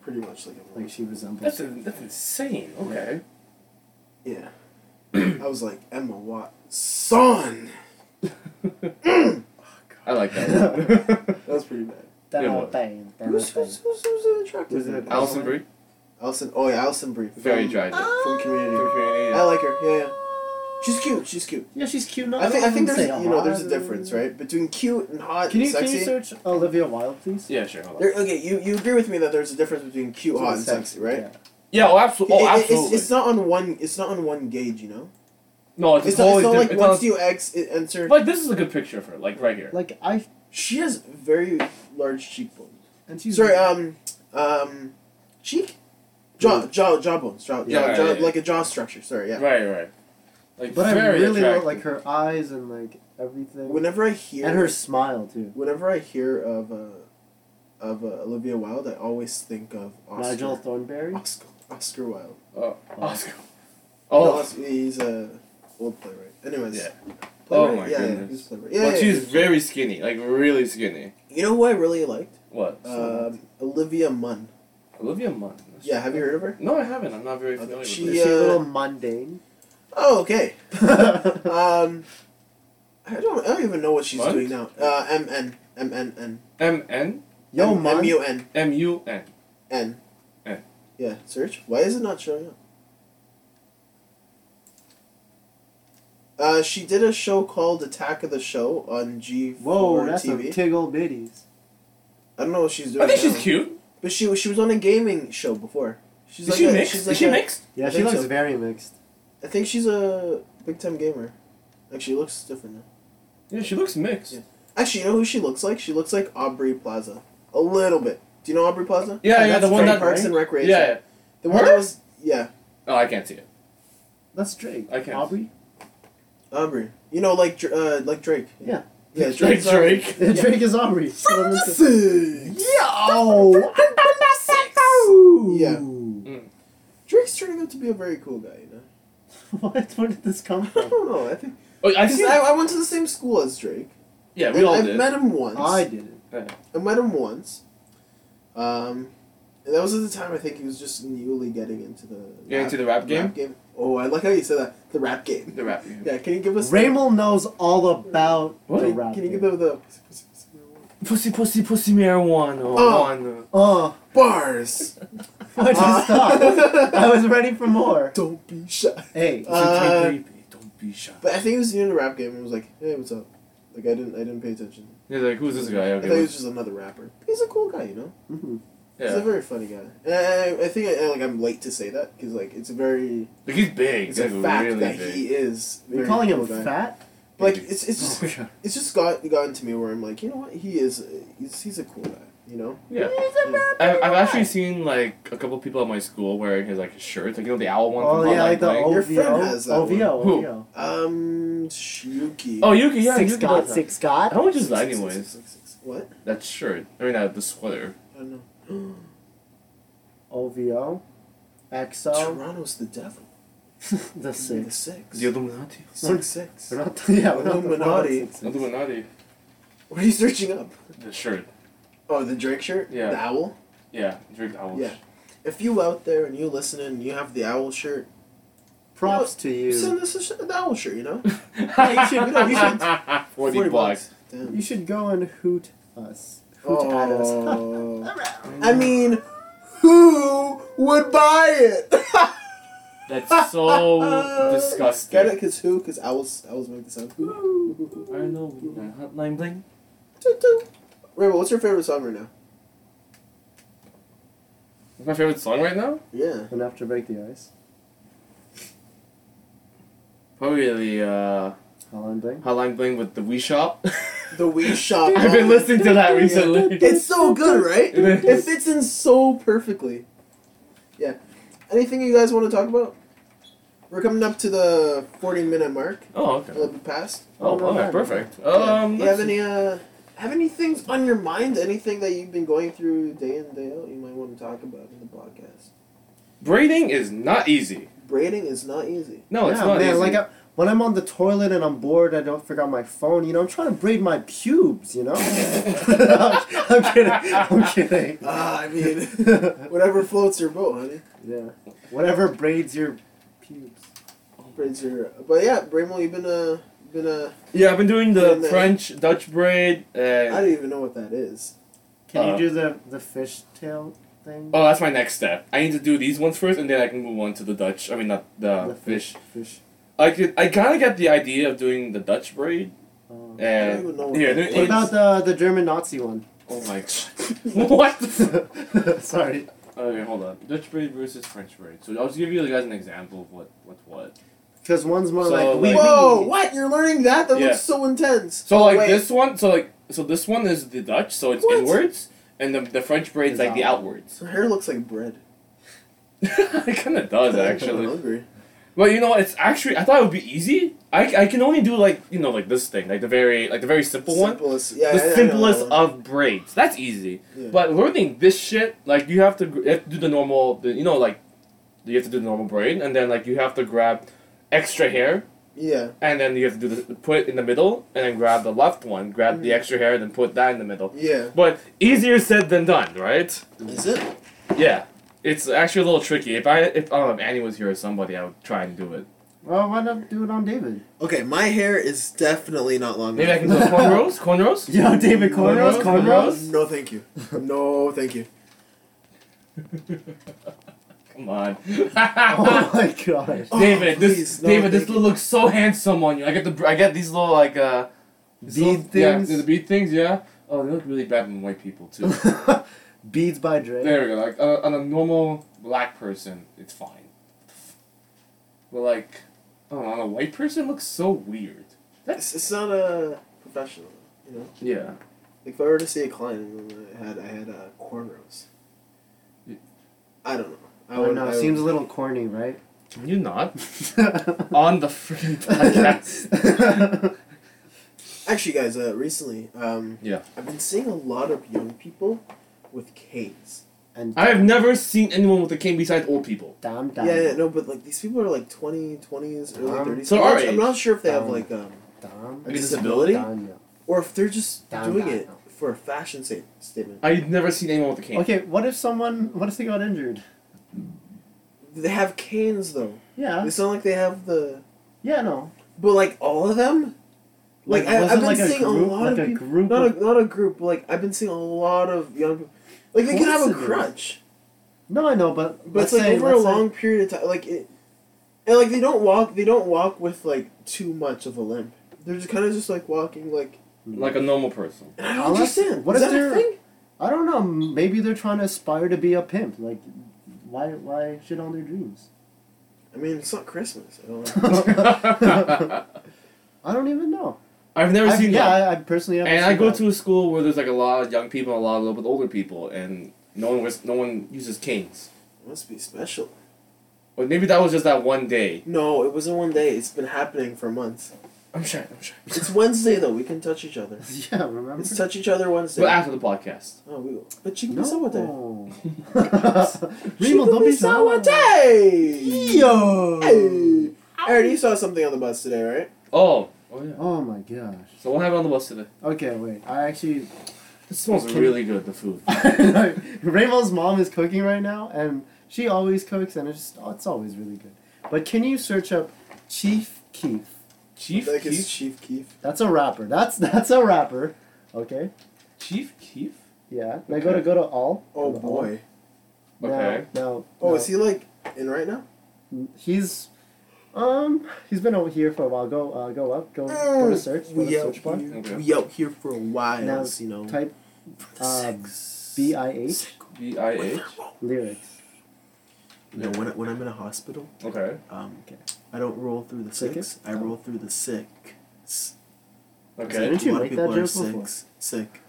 Speaker 1: pretty much like Emma.
Speaker 2: Like she resembles.
Speaker 3: That's that's insane.
Speaker 1: <laughs>
Speaker 3: Okay.
Speaker 1: yeah. <clears throat> I was like Emma Watson. <clears throat>
Speaker 3: I like that.
Speaker 1: <laughs>
Speaker 3: one.
Speaker 1: That was pretty bad.
Speaker 2: That
Speaker 3: Yeah,
Speaker 2: whole
Speaker 3: but-
Speaker 2: thing. That whole
Speaker 1: Who's
Speaker 2: thing.
Speaker 1: who's, who's, who's attractive?
Speaker 2: Was it
Speaker 3: Allison Brie.
Speaker 1: Allison. Oh yeah, Allison Brie.
Speaker 3: Very
Speaker 1: from-
Speaker 3: dry. though.
Speaker 2: Oh.
Speaker 1: From Community. I
Speaker 3: Yeah.
Speaker 1: like her. Yeah, yeah. She's cute. She's cute.
Speaker 2: Yeah, she's cute. No,
Speaker 1: I think I think
Speaker 2: wouldn't
Speaker 1: there's
Speaker 2: say
Speaker 1: you know there's a
Speaker 2: hot.
Speaker 1: difference right between cute and hot
Speaker 2: Can you
Speaker 1: and sexy.
Speaker 2: can you search Olivia Wilde, please?
Speaker 3: Yeah, sure. Hold on.
Speaker 1: There, okay, you, you agree with me that there's a difference between cute, hot, and sexy, right?
Speaker 2: Yeah.
Speaker 3: Yeah. Oh, absolutely.
Speaker 1: It-
Speaker 3: Oh,
Speaker 1: it-
Speaker 3: absolutely.
Speaker 1: it's, it's not on one. It's not on one gauge, you know.
Speaker 3: no, it's,
Speaker 1: It's,
Speaker 3: it's
Speaker 1: not, it's
Speaker 3: totally
Speaker 1: not like
Speaker 3: different.
Speaker 1: once you X it enter.
Speaker 3: Like this is a good picture of her, like right here.
Speaker 2: Like I
Speaker 1: She has very large cheekbones.
Speaker 2: and she's
Speaker 1: Sorry, um, um, cheek, jaw, jaw, jawbones, jaw,
Speaker 3: Yeah,
Speaker 1: jaw,
Speaker 3: yeah,
Speaker 1: jaw
Speaker 3: yeah.
Speaker 1: like a jaw structure. Sorry, yeah.
Speaker 3: Right, right.
Speaker 1: um,
Speaker 3: Like
Speaker 2: but I
Speaker 3: very
Speaker 2: really
Speaker 3: attractive.
Speaker 2: love like her eyes and like everything,
Speaker 1: Whenever I hear
Speaker 2: and her smile too.
Speaker 1: whenever I hear of uh, of uh, Olivia Wilde, I always think of Oscar.
Speaker 2: Nigel Thornberry.
Speaker 1: Oscar, Oscar Wilde.
Speaker 3: Oh, Oscar.
Speaker 1: No,
Speaker 3: Oh,
Speaker 1: Oscar- he's a old playwright. Anyways.
Speaker 3: Yeah.
Speaker 1: Playwright?
Speaker 3: Oh my
Speaker 1: yeah, Yeah,
Speaker 3: goodness.
Speaker 1: he's a playwright.
Speaker 3: but
Speaker 1: Yeah, yeah,
Speaker 3: she's
Speaker 1: yeah.
Speaker 3: very skinny, like really skinny.
Speaker 1: You know who I really liked?
Speaker 3: What?
Speaker 1: Um, Olivia Munn.
Speaker 3: Olivia Munn. That's-
Speaker 1: Yeah, have you heard of her?
Speaker 3: No, I haven't. I'm not very familiar
Speaker 1: She,
Speaker 3: with
Speaker 2: Is
Speaker 3: her.
Speaker 2: she a
Speaker 1: uh,
Speaker 2: little
Speaker 1: <laughs>
Speaker 2: mundane? <laughs>
Speaker 1: Oh,
Speaker 3: <laughs>
Speaker 1: okay.
Speaker 2: M
Speaker 1: Um, I don't, I don't even know what she's
Speaker 3: Munn?
Speaker 1: doing now. Uh, M N M N N.
Speaker 3: M N
Speaker 2: Yo,
Speaker 1: M-
Speaker 2: Munn.
Speaker 1: M U N
Speaker 3: M U N.
Speaker 1: N.
Speaker 3: Eh.
Speaker 1: Yeah, search. Why is it not showing up? Uh, she did a show called Attack of the Show on G4
Speaker 2: Whoa, that's a
Speaker 1: TV.
Speaker 2: tickle bitties.
Speaker 1: I don't know what she's doing.
Speaker 3: I think
Speaker 1: now.
Speaker 3: she's cute.
Speaker 1: But she was- she was on a gaming show before. She's
Speaker 3: Is she
Speaker 1: a-
Speaker 3: mixed?
Speaker 1: she's
Speaker 3: Is she
Speaker 1: a-
Speaker 3: mixed?
Speaker 2: Yeah,
Speaker 1: I
Speaker 2: she
Speaker 1: think
Speaker 2: looks
Speaker 1: so.
Speaker 2: very mixed.
Speaker 1: I think she's a big time gamer. Like she looks different now.
Speaker 3: Yeah, she looks mixed.
Speaker 1: Actually, you know who she looks like? She looks like Aubrey Plaza. A little bit. Do you know Aubrey Plaza?
Speaker 3: Yeah, yeah,
Speaker 1: that's
Speaker 3: the one
Speaker 1: from
Speaker 3: that-
Speaker 1: Parks and
Speaker 3: Yeah.
Speaker 1: Recreation.
Speaker 3: yeah.
Speaker 1: The one
Speaker 3: Her?
Speaker 1: that was yeah,
Speaker 3: Oh, I can't see it.
Speaker 2: That's Drake.
Speaker 3: I can't.
Speaker 2: Aubrey.
Speaker 1: Aubrey. You know, like Dr- uh, like Drake.
Speaker 2: Yeah.
Speaker 1: Yeah,
Speaker 3: Drake.
Speaker 1: Drake's Aubrey.
Speaker 3: Drake.
Speaker 1: Yeah.
Speaker 2: <laughs> Drake is Aubrey. So that makes it-
Speaker 3: Yo!
Speaker 1: Yeah.
Speaker 2: Ooh.
Speaker 1: Drake's turning out to be a very cool guy. You know.
Speaker 2: what? <laughs> Where did this come
Speaker 1: I
Speaker 2: from?
Speaker 1: don't know. I think
Speaker 3: Oh, I
Speaker 1: because
Speaker 3: see.
Speaker 1: I, I went to the same school as Drake.
Speaker 3: Yeah, we
Speaker 1: And
Speaker 3: all
Speaker 1: I've
Speaker 3: did.
Speaker 1: met him once.
Speaker 2: I did it.
Speaker 1: I met him once. Um, and that was at the time I think he was just newly getting into the
Speaker 3: Yeah, into the rap game?
Speaker 1: Oh, I like how you said that. The rap game. <laughs>
Speaker 3: The rap. game.
Speaker 1: Yeah, can you give us
Speaker 2: Raymond knows all about
Speaker 3: What?
Speaker 2: the
Speaker 1: Can,
Speaker 2: rap.
Speaker 1: can you give
Speaker 2: game.
Speaker 1: them the
Speaker 3: Pussy, pussy, pussy, marijuana.
Speaker 1: Oh.
Speaker 2: <laughs> Oh,
Speaker 1: bars?
Speaker 2: I just
Speaker 1: Uh,
Speaker 2: stopped. <laughs> I was ready for more.
Speaker 1: Don't be shy.
Speaker 2: Hey, it's a
Speaker 1: Uh,
Speaker 2: tape
Speaker 3: Creepy. Don't be shy.
Speaker 1: But I think it was new to rap game and was like, hey, what's up? Like I didn't I didn't pay attention.
Speaker 3: He's like, who's this guy?
Speaker 1: I thought he
Speaker 3: Okay.
Speaker 1: was just another rapper. He's a cool guy, you know.
Speaker 2: tape. Mhm.
Speaker 1: He's a
Speaker 3: Yeah.
Speaker 1: very funny guy. And I, I think I, like I'm late to say that because like it's a very
Speaker 3: Like, he's big.
Speaker 1: it's
Speaker 3: He's
Speaker 1: a fact
Speaker 3: really
Speaker 1: that
Speaker 3: big.
Speaker 1: he is. a
Speaker 2: You're
Speaker 1: very
Speaker 2: calling him
Speaker 1: cool guy.
Speaker 3: <laughs>
Speaker 2: fat?
Speaker 1: Like it's it's just <laughs>
Speaker 2: Oh, yeah.
Speaker 1: it's just got gotten to me where I'm like, you know what? He is he's, he's a cool guy, you know.
Speaker 3: Yeah.
Speaker 1: Yeah.
Speaker 3: I've, I've actually seen, like, a couple people at my school wearing his, like, his shirts. Like, you know, the owl one?
Speaker 2: Oh
Speaker 3: from
Speaker 2: yeah, like the
Speaker 3: Hotline
Speaker 1: Your
Speaker 2: OVO.
Speaker 1: friend has that
Speaker 2: OVO.
Speaker 3: one. Who?
Speaker 2: OVO.
Speaker 1: Um, Yuki.
Speaker 3: Blank. Oh, Yuki, yeah,
Speaker 2: six
Speaker 3: Yuki
Speaker 2: God,
Speaker 3: does that.
Speaker 2: six God.
Speaker 3: How much is that, anyways?
Speaker 1: What?
Speaker 3: That shirt. I mean, uh, the sweater.
Speaker 1: I don't
Speaker 2: <gasps>
Speaker 1: know.
Speaker 2: OVO, XO,
Speaker 1: Toronto's the devil.
Speaker 2: <laughs> the
Speaker 1: The
Speaker 2: six.
Speaker 1: six.
Speaker 3: The Illuminati.
Speaker 1: six six.
Speaker 2: We're not. Yeah, we're not the
Speaker 1: Illuminati.
Speaker 2: six, six.
Speaker 3: Illuminati.
Speaker 1: What are you searching up?
Speaker 3: The shirt.
Speaker 1: Oh, the Drake shirt.
Speaker 3: Yeah.
Speaker 1: The owl.
Speaker 3: Yeah, drink owls. <laughs>
Speaker 1: Yeah. If you out there and you listening and you have the owl shirt,
Speaker 2: Props to you.
Speaker 1: send us a sh- the owl shirt. You know,
Speaker 2: Yeah, you should- you should-
Speaker 3: 40, bucks.
Speaker 1: Damn.
Speaker 2: You should go and hoot us. Hoot at us. <laughs>
Speaker 1: Oh. I mean, who would buy it? <laughs>
Speaker 3: That's so disgusting.
Speaker 1: Get it? Cause who? Cause owls. Owls make the sound.
Speaker 3: I don't know. uh, Hotline bling.
Speaker 1: Toot, toot. Rainbow, what's your favorite song right now?
Speaker 3: What's my favorite song right now?
Speaker 1: Yeah.
Speaker 2: and after break the ice,
Speaker 3: Probably the uh,
Speaker 2: Holland Bling.
Speaker 3: Hotline Bling with the Wii Shop.
Speaker 1: The Wii Shop. Oh,
Speaker 3: <laughs> I've been listening to that
Speaker 2: <laughs>
Speaker 3: recently.
Speaker 1: It's so good, right?
Speaker 3: It is.
Speaker 1: It fits in so perfectly. Yeah. Anything you guys want to talk about? We're coming up to the 40 minute mark. A
Speaker 3: Oh, okay.
Speaker 1: little bit past.
Speaker 3: Oh,
Speaker 2: no,
Speaker 3: okay,
Speaker 2: no.
Speaker 3: perfect.
Speaker 1: Yeah.
Speaker 3: Um,
Speaker 1: you have any uh have any things on your mind? Anything that you've been going through day in day out you might want to talk about in the podcast?
Speaker 3: braiding is not easy.
Speaker 1: Braiding is not easy.
Speaker 3: No, it's
Speaker 2: yeah,
Speaker 3: not
Speaker 2: man.
Speaker 3: easy.
Speaker 2: Like I, when I'm on the toilet and I'm bored, I don't figure out my phone. You know, I'm trying to braid my pubes.
Speaker 3: <laughs>
Speaker 2: You know. <laughs> I'm kidding. I'm
Speaker 3: <laughs>
Speaker 2: kidding.
Speaker 1: Ah, I mean, <laughs> whatever floats your boat, honey.
Speaker 2: <laughs> yeah. Whatever braids your pubes.
Speaker 1: Braids your. But yeah, Bramo, you've been uh, been uh,
Speaker 3: yeah, I've been doing the
Speaker 1: And then-
Speaker 3: French Dutch braid.
Speaker 1: I
Speaker 3: And,
Speaker 1: don't even know what that is.
Speaker 2: Can
Speaker 3: Uh,
Speaker 2: you do the the fishtail thing?
Speaker 3: oh, that's my next step. I need to do these ones first, and then I can move on to the Dutch. I mean, not the,
Speaker 2: the
Speaker 3: Uh, fish.
Speaker 2: Fish.
Speaker 3: I could. I kind of get the idea of doing the Dutch braid.
Speaker 2: Oh.
Speaker 1: I don't
Speaker 3: And
Speaker 1: even know what
Speaker 3: yeah,
Speaker 1: that
Speaker 3: there-
Speaker 1: is.
Speaker 2: What
Speaker 3: it's-
Speaker 2: about the the German Nazi one? <laughs>
Speaker 3: oh my god, <laughs> <laughs> what? the f-
Speaker 2: Sorry.
Speaker 3: okay, hold on. Dutch braid versus French braid. So I'll just give you guys an example of what what's what.
Speaker 2: Because one's more
Speaker 3: So,
Speaker 2: like wee
Speaker 3: like-
Speaker 1: Whoa!
Speaker 2: wee.
Speaker 1: What? You're learning that? That
Speaker 3: Yeah.
Speaker 1: looks so intense.
Speaker 3: So like
Speaker 1: Wait,
Speaker 3: this one. So like so this one is the Dutch. So it's
Speaker 1: What?
Speaker 3: inwards, and the the French braid's like the outwards.
Speaker 1: Her hair looks like bread.
Speaker 3: <laughs> it kind of does
Speaker 1: <laughs> I'm
Speaker 3: actually.
Speaker 1: hungry.
Speaker 3: But you know what? It's actually I thought it would be easy. I, I can only do like you know like this thing like the very like the very simple one.
Speaker 1: Simplest. Yeah.
Speaker 3: the
Speaker 1: I- I know
Speaker 3: simplest
Speaker 1: that one.
Speaker 3: of braids. That's easy.
Speaker 1: Yeah.
Speaker 3: But learning this shit, like you have to, gr- you have to do the normal, the, you know, like you have to do the normal braid, and then like you have to grab extra hair,
Speaker 1: Yeah.
Speaker 3: and then you have to do the, put it in the middle, and then grab the left one, grab the
Speaker 1: Mhm.
Speaker 3: extra hair, and then put that in the middle.
Speaker 1: Yeah.
Speaker 3: But easier said than done, right?
Speaker 1: Is it?
Speaker 3: Yeah, it's actually a little tricky. If I if I don't know if Annie was here or somebody, I would try and do it.
Speaker 2: Well, why not do it on David?
Speaker 1: Okay, my hair is definitely not long.
Speaker 3: Maybe I can
Speaker 1: enough. <laughs>
Speaker 3: do <laughs> cornrows, cornrows.
Speaker 2: Yo, David Cornrows,
Speaker 3: Cornrows,
Speaker 2: Cornrows.
Speaker 1: Oh, No, thank you. No, thank you.
Speaker 3: Come on,
Speaker 2: <laughs> Oh my gosh.
Speaker 1: Oh,
Speaker 3: <laughs> David.
Speaker 1: please,
Speaker 3: this
Speaker 1: no,
Speaker 3: David, this
Speaker 1: thank you.
Speaker 3: little looks so handsome on you. I get the I get these little like uh.
Speaker 2: Bead
Speaker 3: So- yeah,
Speaker 2: things.
Speaker 3: the bead things, yeah.
Speaker 2: <laughs>
Speaker 3: Oh, they look really bad on white people too.
Speaker 2: Beads by Dre.
Speaker 3: there we go. Like uh, on a normal black person, it's fine. But like, I don't know, on a white person looks so weird.
Speaker 1: It's, it's not a professional, you know.
Speaker 3: Yeah.
Speaker 1: Like if I were to see a client and I had I had uh, cornrows,
Speaker 3: Yeah.
Speaker 1: I don't know. I
Speaker 2: I
Speaker 1: would
Speaker 2: don't know.
Speaker 1: I
Speaker 2: Oh, It
Speaker 1: would-
Speaker 2: seems a little corny, right? <laughs>
Speaker 3: You're not on the
Speaker 2: <laughs>
Speaker 3: freaking podcast.
Speaker 1: Actually, guys, uh, recently, um,
Speaker 3: Yeah.
Speaker 1: I've been seeing a lot of young people with canes.
Speaker 2: and
Speaker 3: I have never seen anyone with a cane besides old people.
Speaker 2: damn, damn,
Speaker 1: Yeah, yeah, no, but like these people are like 20, 20s, early
Speaker 2: Um,
Speaker 1: 30s.
Speaker 3: so
Speaker 1: I'm,
Speaker 3: our
Speaker 1: not, I'm
Speaker 3: age.
Speaker 1: not sure if they have
Speaker 2: Um,
Speaker 1: like um,
Speaker 2: damn,
Speaker 1: a
Speaker 3: Like a
Speaker 1: disability
Speaker 2: damn, yeah.
Speaker 1: or if they're just
Speaker 2: Down,
Speaker 1: doing
Speaker 2: down,
Speaker 1: it
Speaker 2: down.
Speaker 1: for a fashion sta- statement.
Speaker 3: I've never seen anyone with a cane.
Speaker 2: Okay, what if someone? What if they got injured?
Speaker 1: They have canes though.
Speaker 2: Yeah,
Speaker 1: They sound like they have the.
Speaker 2: yeah, no.
Speaker 1: But like all of them, like, I,
Speaker 2: was
Speaker 1: I've
Speaker 2: it
Speaker 1: been
Speaker 2: like
Speaker 1: seeing
Speaker 2: a group,
Speaker 1: lot
Speaker 2: like
Speaker 1: of
Speaker 2: a
Speaker 1: people.
Speaker 2: group
Speaker 1: not
Speaker 2: of-
Speaker 1: a not a group. but, Like I've been seeing a lot of young, people. like they
Speaker 2: Of
Speaker 1: could have
Speaker 2: course
Speaker 1: a
Speaker 2: it is.
Speaker 1: crutch,
Speaker 2: no, I know, but
Speaker 1: but
Speaker 2: let's
Speaker 1: it's like
Speaker 2: say,
Speaker 1: over a
Speaker 2: let's say-
Speaker 1: long period of time. Like it, and like they don't walk. They don't walk with like too much of a limp. They're just kind of just like walking like.
Speaker 3: Like a normal person.
Speaker 2: <laughs>
Speaker 3: <laughs>
Speaker 1: And I don't
Speaker 2: Unless-
Speaker 1: understand.
Speaker 2: what
Speaker 1: Is
Speaker 2: if
Speaker 1: that a
Speaker 2: they're-
Speaker 1: thing?
Speaker 2: I don't know. Maybe they're trying to aspire to be a pimp. Like, why? Why shit on their dreams?
Speaker 1: I mean, it's not Christmas. I don't <laughs> know.
Speaker 3: I've
Speaker 2: I don't even know.
Speaker 3: never
Speaker 2: I've-
Speaker 3: seen
Speaker 2: yeah,
Speaker 3: that.
Speaker 2: I, I personally haven't.
Speaker 3: And I
Speaker 2: seen
Speaker 3: go
Speaker 2: that.
Speaker 3: to a school where there's like a lot of young people and a lot of little bit older people, and no one was, no one uses canes.
Speaker 1: It must be special.
Speaker 3: Or maybe that was just that one day.
Speaker 1: No, it wasn't one day. It's been happening for months.
Speaker 3: I'm sure. I'm
Speaker 2: <laughs>
Speaker 3: sure.
Speaker 1: It's Wednesday though. We can touch each <laughs> other.
Speaker 2: Yeah, remember?
Speaker 1: Let's touch each other Wednesday.
Speaker 3: But after the podcast.
Speaker 1: oh, we will. But you can
Speaker 2: no.
Speaker 1: be someone there.
Speaker 2: <laughs> Remo, don't be sour. Yo.
Speaker 1: Hey. Aaron, you saw something on the bus today, right?
Speaker 3: Oh. Oh yeah.
Speaker 2: Oh my gosh.
Speaker 3: So what happened on the bus today?
Speaker 2: Okay, wait. I actually. <laughs>
Speaker 3: It smells
Speaker 2: Can-
Speaker 3: really good.
Speaker 2: <laughs>
Speaker 3: The food.
Speaker 2: Raymo's mom is cooking right now, and she always cooks, and it's just, oh, it's always really good. But can you search up Chief Keef?
Speaker 3: Chief
Speaker 1: like it's
Speaker 3: Keef.
Speaker 1: Chief Keef.
Speaker 2: That's a rapper. That's <laughs> that's a rapper. Okay.
Speaker 3: Chief Keef.
Speaker 2: Yeah. Now go to go to all.
Speaker 1: Oh
Speaker 2: Go to all.
Speaker 1: boy.
Speaker 2: No,
Speaker 3: Okay.
Speaker 2: No.
Speaker 1: Oh,
Speaker 2: no.
Speaker 1: is he like in right now?
Speaker 2: He's, um, he's been over here for a while. Go, uh, go up. Go, go
Speaker 1: Oh,
Speaker 2: to search. Go
Speaker 1: we
Speaker 2: to
Speaker 1: out
Speaker 2: search bar.
Speaker 1: here.
Speaker 3: Okay.
Speaker 1: We out here for a while,
Speaker 2: Now
Speaker 1: you know.
Speaker 2: Type uh, B I H
Speaker 3: B I H.
Speaker 2: lyrics.
Speaker 1: No, when I, when I'm in a hospital,
Speaker 3: Okay.
Speaker 1: um,
Speaker 2: Okay.
Speaker 1: I don't roll through the
Speaker 2: Sick
Speaker 1: six. I
Speaker 2: it?
Speaker 1: roll through the sick.
Speaker 3: Okay.
Speaker 2: Didn't you
Speaker 1: a lot
Speaker 2: make
Speaker 1: of
Speaker 2: that
Speaker 1: people are
Speaker 2: joke
Speaker 1: sick.
Speaker 2: before?
Speaker 1: Sick.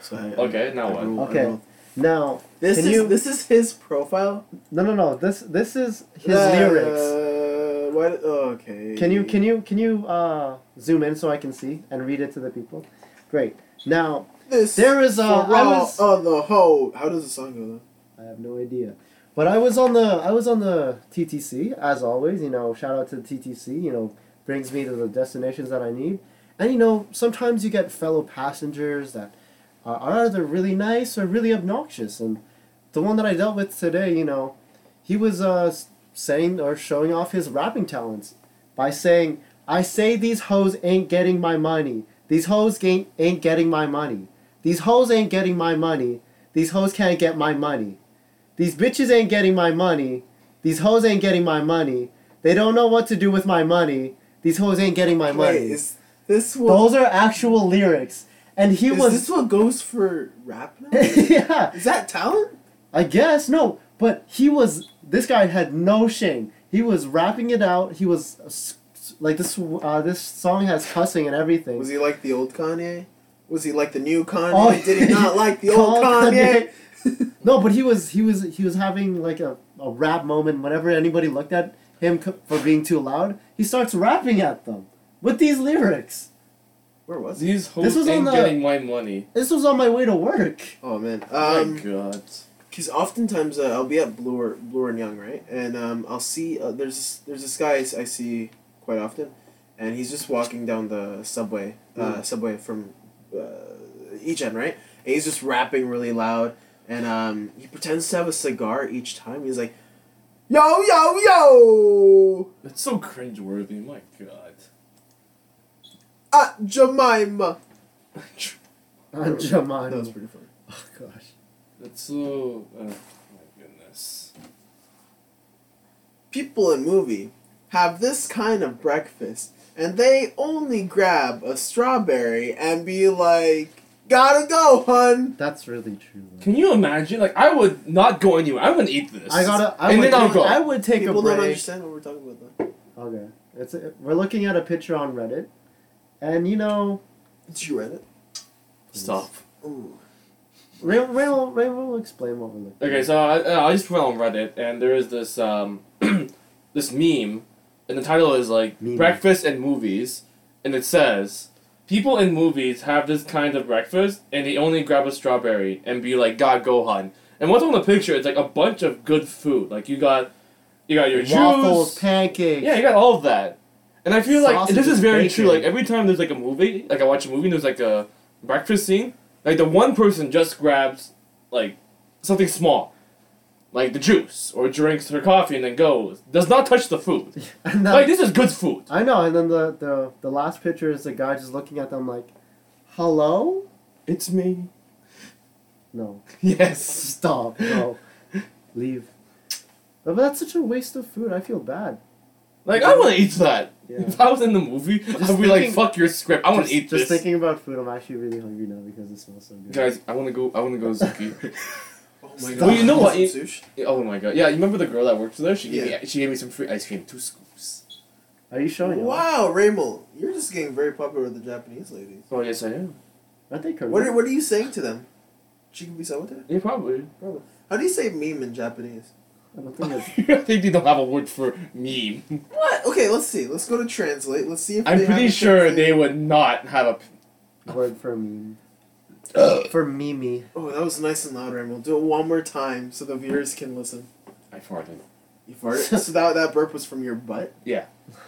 Speaker 1: So I,
Speaker 3: Okay.
Speaker 1: I,
Speaker 3: Now
Speaker 1: I
Speaker 3: what?
Speaker 1: roll, I
Speaker 2: Okay.
Speaker 1: roll.
Speaker 2: Now,
Speaker 1: This
Speaker 2: Can
Speaker 1: is
Speaker 2: you-
Speaker 1: this is his profile.
Speaker 2: no, no, no. This this is his
Speaker 1: Uh,
Speaker 2: lyrics.
Speaker 1: What? oh, okay.
Speaker 2: Can you can you can you uh, zoom in so I can see and read it to the people? Great. Now
Speaker 1: This
Speaker 2: there is a.
Speaker 1: for
Speaker 2: I was,
Speaker 1: all of the hoe. How does the song go though?
Speaker 2: I have no idea. But I was on the I was on the TTC as always. You know, shout out to the TTC. You know, brings me to the destinations that I need. And you know, sometimes you get fellow passengers that are are either really nice or really obnoxious. And the one that I dealt with today, you know, he was uh, s- saying or showing off his rapping talents by saying, "I say these hoes ain't getting my money. These hoes ain't ain't getting my money. These hoes ain't getting my money. These hoes can't get my money." These bitches ain't getting my money. These hoes ain't getting my money. They don't know what to do with my money. These hoes ain't getting my money.
Speaker 1: Wait, is this what?
Speaker 2: Those are actual lyrics. And he
Speaker 1: is this
Speaker 2: was.
Speaker 1: what goes for rap
Speaker 2: <laughs>
Speaker 1: now?
Speaker 2: yeah,
Speaker 1: is that talent?
Speaker 2: I guess. No, but he was. This guy had no shame. He was rapping it out. He was. uh, s- s- Like this, uh, this song has cussing and everything.
Speaker 1: Was he like the old Kanye? Was he like the new Kanye?
Speaker 2: Oh,
Speaker 1: Did he not like
Speaker 2: <laughs>
Speaker 1: the
Speaker 2: Call
Speaker 1: old Kanye?
Speaker 2: No, but he was he was he was having like a, a rap moment whenever anybody looked at him co- for being too loud. He starts rapping at them with these lyrics.
Speaker 1: <laughs> Where was he?
Speaker 3: These
Speaker 2: This
Speaker 3: hoes
Speaker 2: was on
Speaker 3: ain't
Speaker 2: the-
Speaker 3: getting my money.
Speaker 2: This was on my way to work. <laughs>
Speaker 1: Oh man.
Speaker 3: Oh
Speaker 1: Um,
Speaker 3: my God.
Speaker 1: because oftentimes uh, I'll be at Bloor, Bloor and Young, right? And um, I'll see uh, there's this, there's this guy I s- I see quite often, and he's just walking down the subway, uh, subway from uh, each end, right? And he's just rapping really loud, and um, he pretends to have a cigar each time. He's like, "Yo, yo, yo,
Speaker 3: That's so cringeworthy. My God. <laughs>
Speaker 1: uh, Jemima."
Speaker 2: On
Speaker 1: That was
Speaker 2: Jemima.
Speaker 1: pretty funny.
Speaker 2: Oh gosh.
Speaker 3: That's so. Uh, my goodness.
Speaker 1: People in movie have this kind of breakfast, and they only grab a strawberry and be like. Gotta go, hun.
Speaker 2: That's really true. though.
Speaker 3: Can you imagine? Like, I would not go anywhere. I wouldn't eat this.
Speaker 2: I gotta. I
Speaker 3: and
Speaker 2: would
Speaker 3: then I'll
Speaker 2: take-
Speaker 3: go.
Speaker 2: I would take
Speaker 1: People
Speaker 2: a break.
Speaker 1: don't understand what we're talking about. Though.
Speaker 2: Okay, it's a, we're looking at a picture on Reddit, and you know,
Speaker 1: Did you read it?
Speaker 3: Stop.
Speaker 1: Ooh.
Speaker 2: Ray, Ray, will, Ray will explain what we're looking.
Speaker 3: Okay, so I, uh, I just went on Reddit, and there is this um, <clears throat> this meme, and the title is like
Speaker 2: Meme.
Speaker 3: "Breakfast and Movies," and it says, "People in movies have this kind of breakfast, and they only grab a strawberry and be like, God, Gohan." And what's on the picture? It's like a bunch of good food. Like you got, you got your
Speaker 2: at. waffles,
Speaker 3: juice.
Speaker 2: pancakes.
Speaker 3: Yeah, you got all of that. And I feel like this is
Speaker 2: Sausages,
Speaker 3: very true. Like
Speaker 2: bacon.
Speaker 3: every time there's like a movie, like I watch a movie and there's like a breakfast scene, like the one person just grabs like something small. Like the juice or drinks her coffee and then goes. Does not touch the food.
Speaker 2: and then,
Speaker 3: Like this is good food.
Speaker 2: I know, and then the, the the last picture is the guy just looking at them like, "Hello."
Speaker 3: It's me.
Speaker 2: No, <laughs>
Speaker 3: Yes.
Speaker 2: stop. No, leave. But that's such a waste of food. I feel bad.
Speaker 3: Like I wanna eat that.
Speaker 2: Yeah.
Speaker 3: If I was in the movie,
Speaker 2: Just
Speaker 3: I'd be like,
Speaker 2: thinking-
Speaker 3: fuck your script. I wanna
Speaker 2: just,
Speaker 3: eat
Speaker 2: Just
Speaker 3: this.
Speaker 2: thinking about food, I'm actually really hungry now because it smells so good.
Speaker 3: Guys, I wanna go I wanna go Zuki.
Speaker 1: Oh my
Speaker 2: Stop.
Speaker 1: god.
Speaker 2: Well, you know
Speaker 3: what,
Speaker 1: Some
Speaker 3: it-
Speaker 1: sushi.
Speaker 3: oh my god. Yeah, you remember the girl that worked there? She gave
Speaker 1: Yeah.
Speaker 3: me she gave me some free ice cream, two scoops.
Speaker 2: Are you showing off?
Speaker 1: Wow, Raymond, you're just getting very popular with the Japanese ladies.
Speaker 3: Oh yes I am.
Speaker 2: Aren't they Korean?
Speaker 1: What are, what are you saying to them? Chicken bisawate?
Speaker 3: Yeah, probably.
Speaker 1: Probably. How do you say meme in Japanese?
Speaker 2: I don't think it's.
Speaker 3: <laughs> I think they don't have a word for meme.
Speaker 1: What? Okay, let's see. Let's go to translate. Let's see if
Speaker 3: I'm
Speaker 1: they have
Speaker 3: pretty
Speaker 1: a
Speaker 3: sure
Speaker 1: translate-
Speaker 3: they would not have a.
Speaker 2: word for meme.
Speaker 1: <gasps>
Speaker 2: for Mimi.
Speaker 1: Oh, that was nice and loud, Raymond. Do it one more time so the viewers can listen.
Speaker 3: I farted.
Speaker 1: You farted. <laughs> so that that burp was from your butt.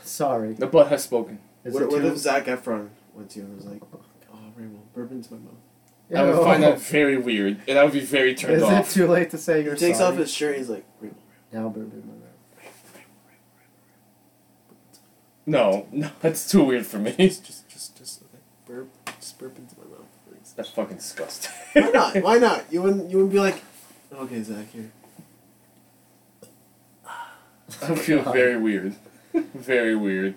Speaker 2: Sorry.
Speaker 3: The butt has spoken.
Speaker 2: Is
Speaker 1: what
Speaker 2: it
Speaker 1: what
Speaker 2: too-
Speaker 1: if Zac Efron went to you and was like, "Oh, Raymond, burp into my mouth."
Speaker 3: I would
Speaker 2: Oh.
Speaker 3: find
Speaker 2: <laughs>
Speaker 3: that very weird, and I would be very turned
Speaker 2: Is
Speaker 3: off.
Speaker 2: it too late to say
Speaker 1: He
Speaker 2: you're
Speaker 1: takes
Speaker 2: sorry?
Speaker 1: off his shirt. and He's like, "Raymond, <laughs>
Speaker 2: Now burp in my mouth.
Speaker 3: no, no, that's too weird for me. <laughs>
Speaker 1: just, just, just, just okay. burp, just burp into my mouth." please."
Speaker 3: That's fucking disgusting.
Speaker 1: Why
Speaker 3: <laughs>
Speaker 1: not? Why not? You wouldn't. You wouldn't be like, "Okay, Zach, here."
Speaker 3: I feel very weird. <laughs> very weird.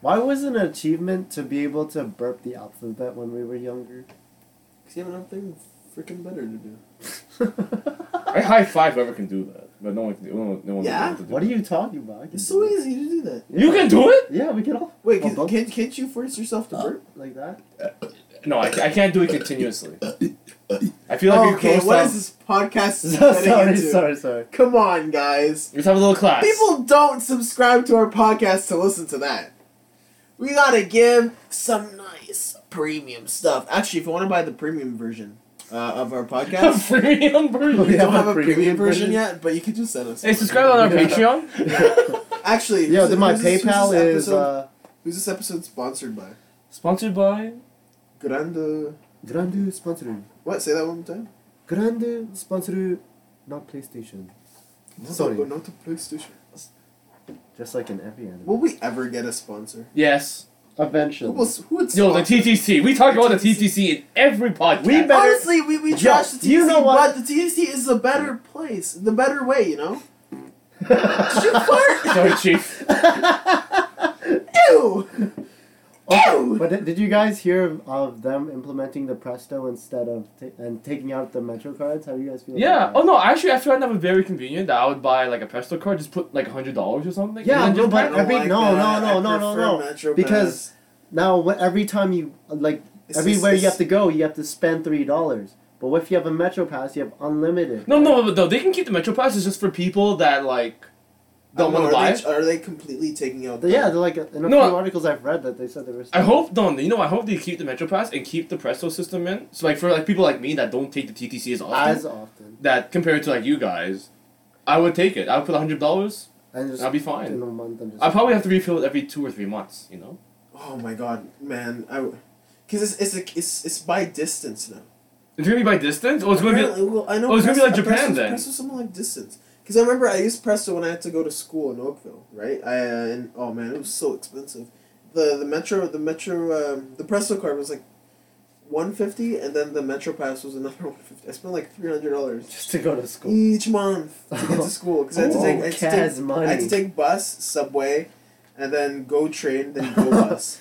Speaker 2: Why was it an achievement to be able to burp the alphabet when we were younger? <laughs>
Speaker 1: Cause you have nothing freaking better to do.
Speaker 3: I high five whoever can do that, but no one, can, no one, no one
Speaker 1: Yeah?
Speaker 3: will be able to do
Speaker 2: what are you talking about? I can
Speaker 1: It's
Speaker 2: do
Speaker 1: so
Speaker 2: it.
Speaker 1: easy to do that.
Speaker 3: it. You can do it?
Speaker 2: Yeah, we can all.
Speaker 1: Wait,
Speaker 2: Well,
Speaker 1: can,
Speaker 2: both-
Speaker 1: can, can't you force yourself to burp?
Speaker 2: like that.
Speaker 3: No, I, ca- I can't do it continuously. I feel like you're
Speaker 1: Oh, okay,
Speaker 3: close
Speaker 1: what
Speaker 3: up.
Speaker 1: is this podcast <laughs> getting
Speaker 2: <laughs> sorry,
Speaker 1: into?
Speaker 2: sorry, sorry.
Speaker 1: Come on, guys.
Speaker 3: Let's have a little class. <laughs>
Speaker 1: People don't subscribe to our podcast to listen to that. We gotta give some nice premium stuff. Actually, if you want to buy the premium version uh, of
Speaker 3: <laughs>
Speaker 1: our
Speaker 3: a
Speaker 1: podcast,
Speaker 3: freemium version.
Speaker 1: we
Speaker 2: We
Speaker 1: don't have
Speaker 2: have a
Speaker 1: a premium,
Speaker 2: premium
Speaker 1: version,
Speaker 2: version?
Speaker 1: yet, but you can just send us.
Speaker 3: Hey, subscribe on our Patreon.
Speaker 1: Actually,
Speaker 2: Yeah,
Speaker 1: who's-
Speaker 2: then my
Speaker 1: who's this- who's
Speaker 2: PayPal
Speaker 1: this
Speaker 2: is
Speaker 1: episode-
Speaker 2: uh,
Speaker 1: Who's this episode sponsored by?
Speaker 3: Sponsored by.
Speaker 1: Grande.
Speaker 2: Grande Sponsoru.
Speaker 1: What? Say that one more time.
Speaker 2: Grande Sponsoru, not PlayStation.
Speaker 1: No,
Speaker 2: Sorry.
Speaker 1: but not the PlayStation.
Speaker 2: Just like an every anime.
Speaker 1: Will we ever get a sponsor?
Speaker 3: Yes.
Speaker 1: Who,
Speaker 2: Eventually. <laughs>
Speaker 1: was, who would
Speaker 3: Yo, the
Speaker 1: sponsor-
Speaker 3: TTC. We talk about the TTC in every podcast.
Speaker 2: We bet- better-
Speaker 1: Honestly, we, we
Speaker 2: Yo,
Speaker 1: trash the TTC,
Speaker 2: you know what?
Speaker 1: but the TTC is the better place, the better way, you know? Shoot
Speaker 3: Sorry, <laughs>
Speaker 1: fart!
Speaker 2: <laughs>
Speaker 3: Chief.
Speaker 1: Ew! Ew!
Speaker 2: But did- did you guys hear of them implementing the Presto instead of ta- and taking out the Metro cards? How do you guys feel?
Speaker 3: Yeah. Oh
Speaker 2: About
Speaker 3: no, actually, I found that was very convenient. That I would buy like a Presto card, just put like hundred dollars or something.
Speaker 2: Yeah,
Speaker 3: and
Speaker 2: no,
Speaker 3: then just
Speaker 2: but
Speaker 3: buy-
Speaker 1: I don't
Speaker 2: every- no,
Speaker 1: that.
Speaker 2: no, no,
Speaker 1: uh, I
Speaker 2: no, no,
Speaker 1: prefer
Speaker 2: no.
Speaker 1: Metro
Speaker 2: Because-
Speaker 1: Pass.
Speaker 2: that? Now, what, every time you like
Speaker 1: It's-
Speaker 2: everywhere
Speaker 1: it's-
Speaker 2: you have to go, you have to spend three dollars. But if you have a Metro Pass, you have unlimited.
Speaker 3: no, no, but no, they can keep the Metro Pass. It's just for people that like
Speaker 1: I
Speaker 3: don't
Speaker 1: know,
Speaker 3: want to
Speaker 1: are
Speaker 3: buy
Speaker 1: they-
Speaker 3: it.
Speaker 1: Are they completely taking out
Speaker 2: But yeah, they're like in a
Speaker 3: No,
Speaker 2: few articles I've read that they said they were.
Speaker 3: I hope no, you know, I hope they keep the Metro Pass and keep the Presto system in. So like for like people like me that don't take the TTC as often,
Speaker 2: as often.
Speaker 3: that compared to like you guys, I would take it. I would put hundred dollars.
Speaker 2: And just
Speaker 3: I'll be fine.
Speaker 2: In a month, I'm just.
Speaker 3: I probably have to refill it every two or three months. You know.
Speaker 1: Oh my god, man. I. Because it's, it's, a- it's, it's by distance now.
Speaker 3: It's gonna be by distance, or it's gonna be.
Speaker 1: Apparently, well, I know
Speaker 3: oh, it's gonna be
Speaker 1: Presto-
Speaker 3: like Japan,
Speaker 1: Presto's-
Speaker 3: then.
Speaker 1: Presto's something like distance. Because I remember I used Presto when I had to go to school in Oakville, right? I, uh, and oh man, it was so expensive. The the metro the metro um, the Presto card was like one fifty, and then the Metro Pass was another <laughs> one fifty. I spent like three hundred dollars
Speaker 2: just to go to school.
Speaker 1: each month to
Speaker 2: <laughs>
Speaker 1: get to school because I had to
Speaker 2: Oh,
Speaker 1: take I had to
Speaker 2: Kaz
Speaker 1: take,
Speaker 2: money. <laughs>
Speaker 1: I had to take bus, subway, and then go train, then go bus.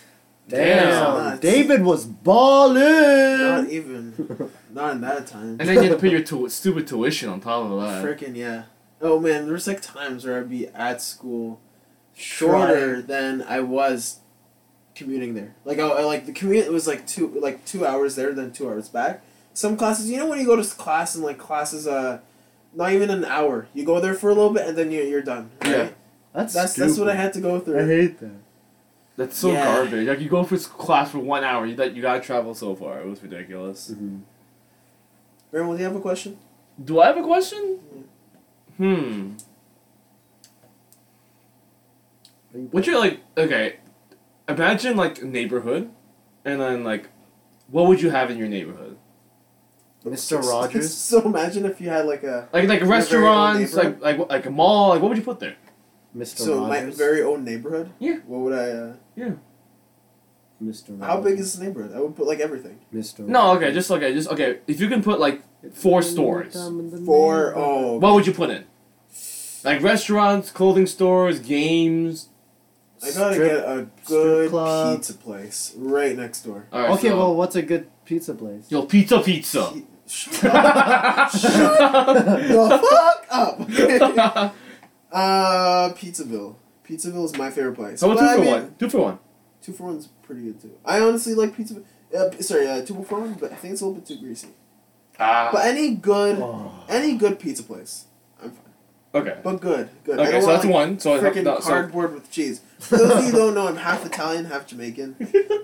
Speaker 3: Damn.
Speaker 1: Nuts.
Speaker 2: David was ballin'.
Speaker 1: Not e- even. Not in that time.
Speaker 3: <laughs> And then you had to pay your tu- stupid tuition on top of that.
Speaker 1: Freaking yeah. Oh man, there was like times where I'd be at school <laughs> shorter than I was commuting there. Like I, I like the commute was like two like two hours there, then two hours back. Some classes, you know, when you go to s- class and like classes, uh, not even an hour. You go there for a little bit and then you're you're done. Right?
Speaker 3: Yeah.
Speaker 2: <laughs> That's
Speaker 1: That's that's what I had to go
Speaker 2: I
Speaker 1: through.
Speaker 2: hate that.
Speaker 3: That's so
Speaker 1: Yeah.
Speaker 3: garbage. Like you go for s- class for one hour, you that you gotta travel so far. It was ridiculous.
Speaker 1: Mm-hmm. Grandma, do you have a question?
Speaker 3: Do I have a question? Hmm. What's your like? Okay, imagine like neighborhood, and then like, what would you have in your neighborhood?
Speaker 2: Mr.
Speaker 1: <laughs>
Speaker 2: Rogers?
Speaker 1: so imagine if you had like a
Speaker 3: Like like
Speaker 1: own
Speaker 3: restaurants, like
Speaker 1: neighborhood?
Speaker 3: like like a mall. Like what would you put there?
Speaker 2: Mr.
Speaker 1: so my
Speaker 2: Rogers?
Speaker 1: very own neighborhood.
Speaker 3: Yeah.
Speaker 1: What would I? Uh,
Speaker 2: Mr. Rogers.
Speaker 1: how big is this neighborhood? I would put like everything.
Speaker 2: Mr.
Speaker 3: No,
Speaker 2: Rogers.
Speaker 3: okay, just okay, just okay. If you can put like four stores,
Speaker 1: Four. Oh.
Speaker 3: what would you put in? Like restaurants, clothing stores, games.
Speaker 1: I gotta
Speaker 2: Strip-
Speaker 1: get a good
Speaker 2: club.
Speaker 1: pizza place right next door.
Speaker 3: All right,
Speaker 2: Okay,
Speaker 3: so-
Speaker 2: well, what's a good pizza place?
Speaker 3: yo,
Speaker 1: <laughs>
Speaker 3: pizza, pizza.
Speaker 1: He- shut up. the fuck up. <laughs> uh, Pizzaville. Pizzaville is my favorite place.
Speaker 3: So
Speaker 1: But
Speaker 3: what's two
Speaker 1: I
Speaker 3: for
Speaker 1: mean,
Speaker 3: one? Two for one.
Speaker 1: Two for one's pretty good too. I honestly like pizza. Uh, p- sorry, uh, two for one, but I think it's a little bit too greasy. But
Speaker 3: Ah.
Speaker 1: any good,
Speaker 2: Oh.
Speaker 1: any good pizza place, I'm fine.
Speaker 3: Okay.
Speaker 1: But good, good. I
Speaker 3: Okay,
Speaker 1: don't
Speaker 3: so
Speaker 1: want,
Speaker 3: that's
Speaker 1: like,
Speaker 3: one. So
Speaker 1: freaking
Speaker 3: no, so- <laughs>
Speaker 1: cardboard with cheese. For those of you who don't know, I'm half Italian, half Jamaican,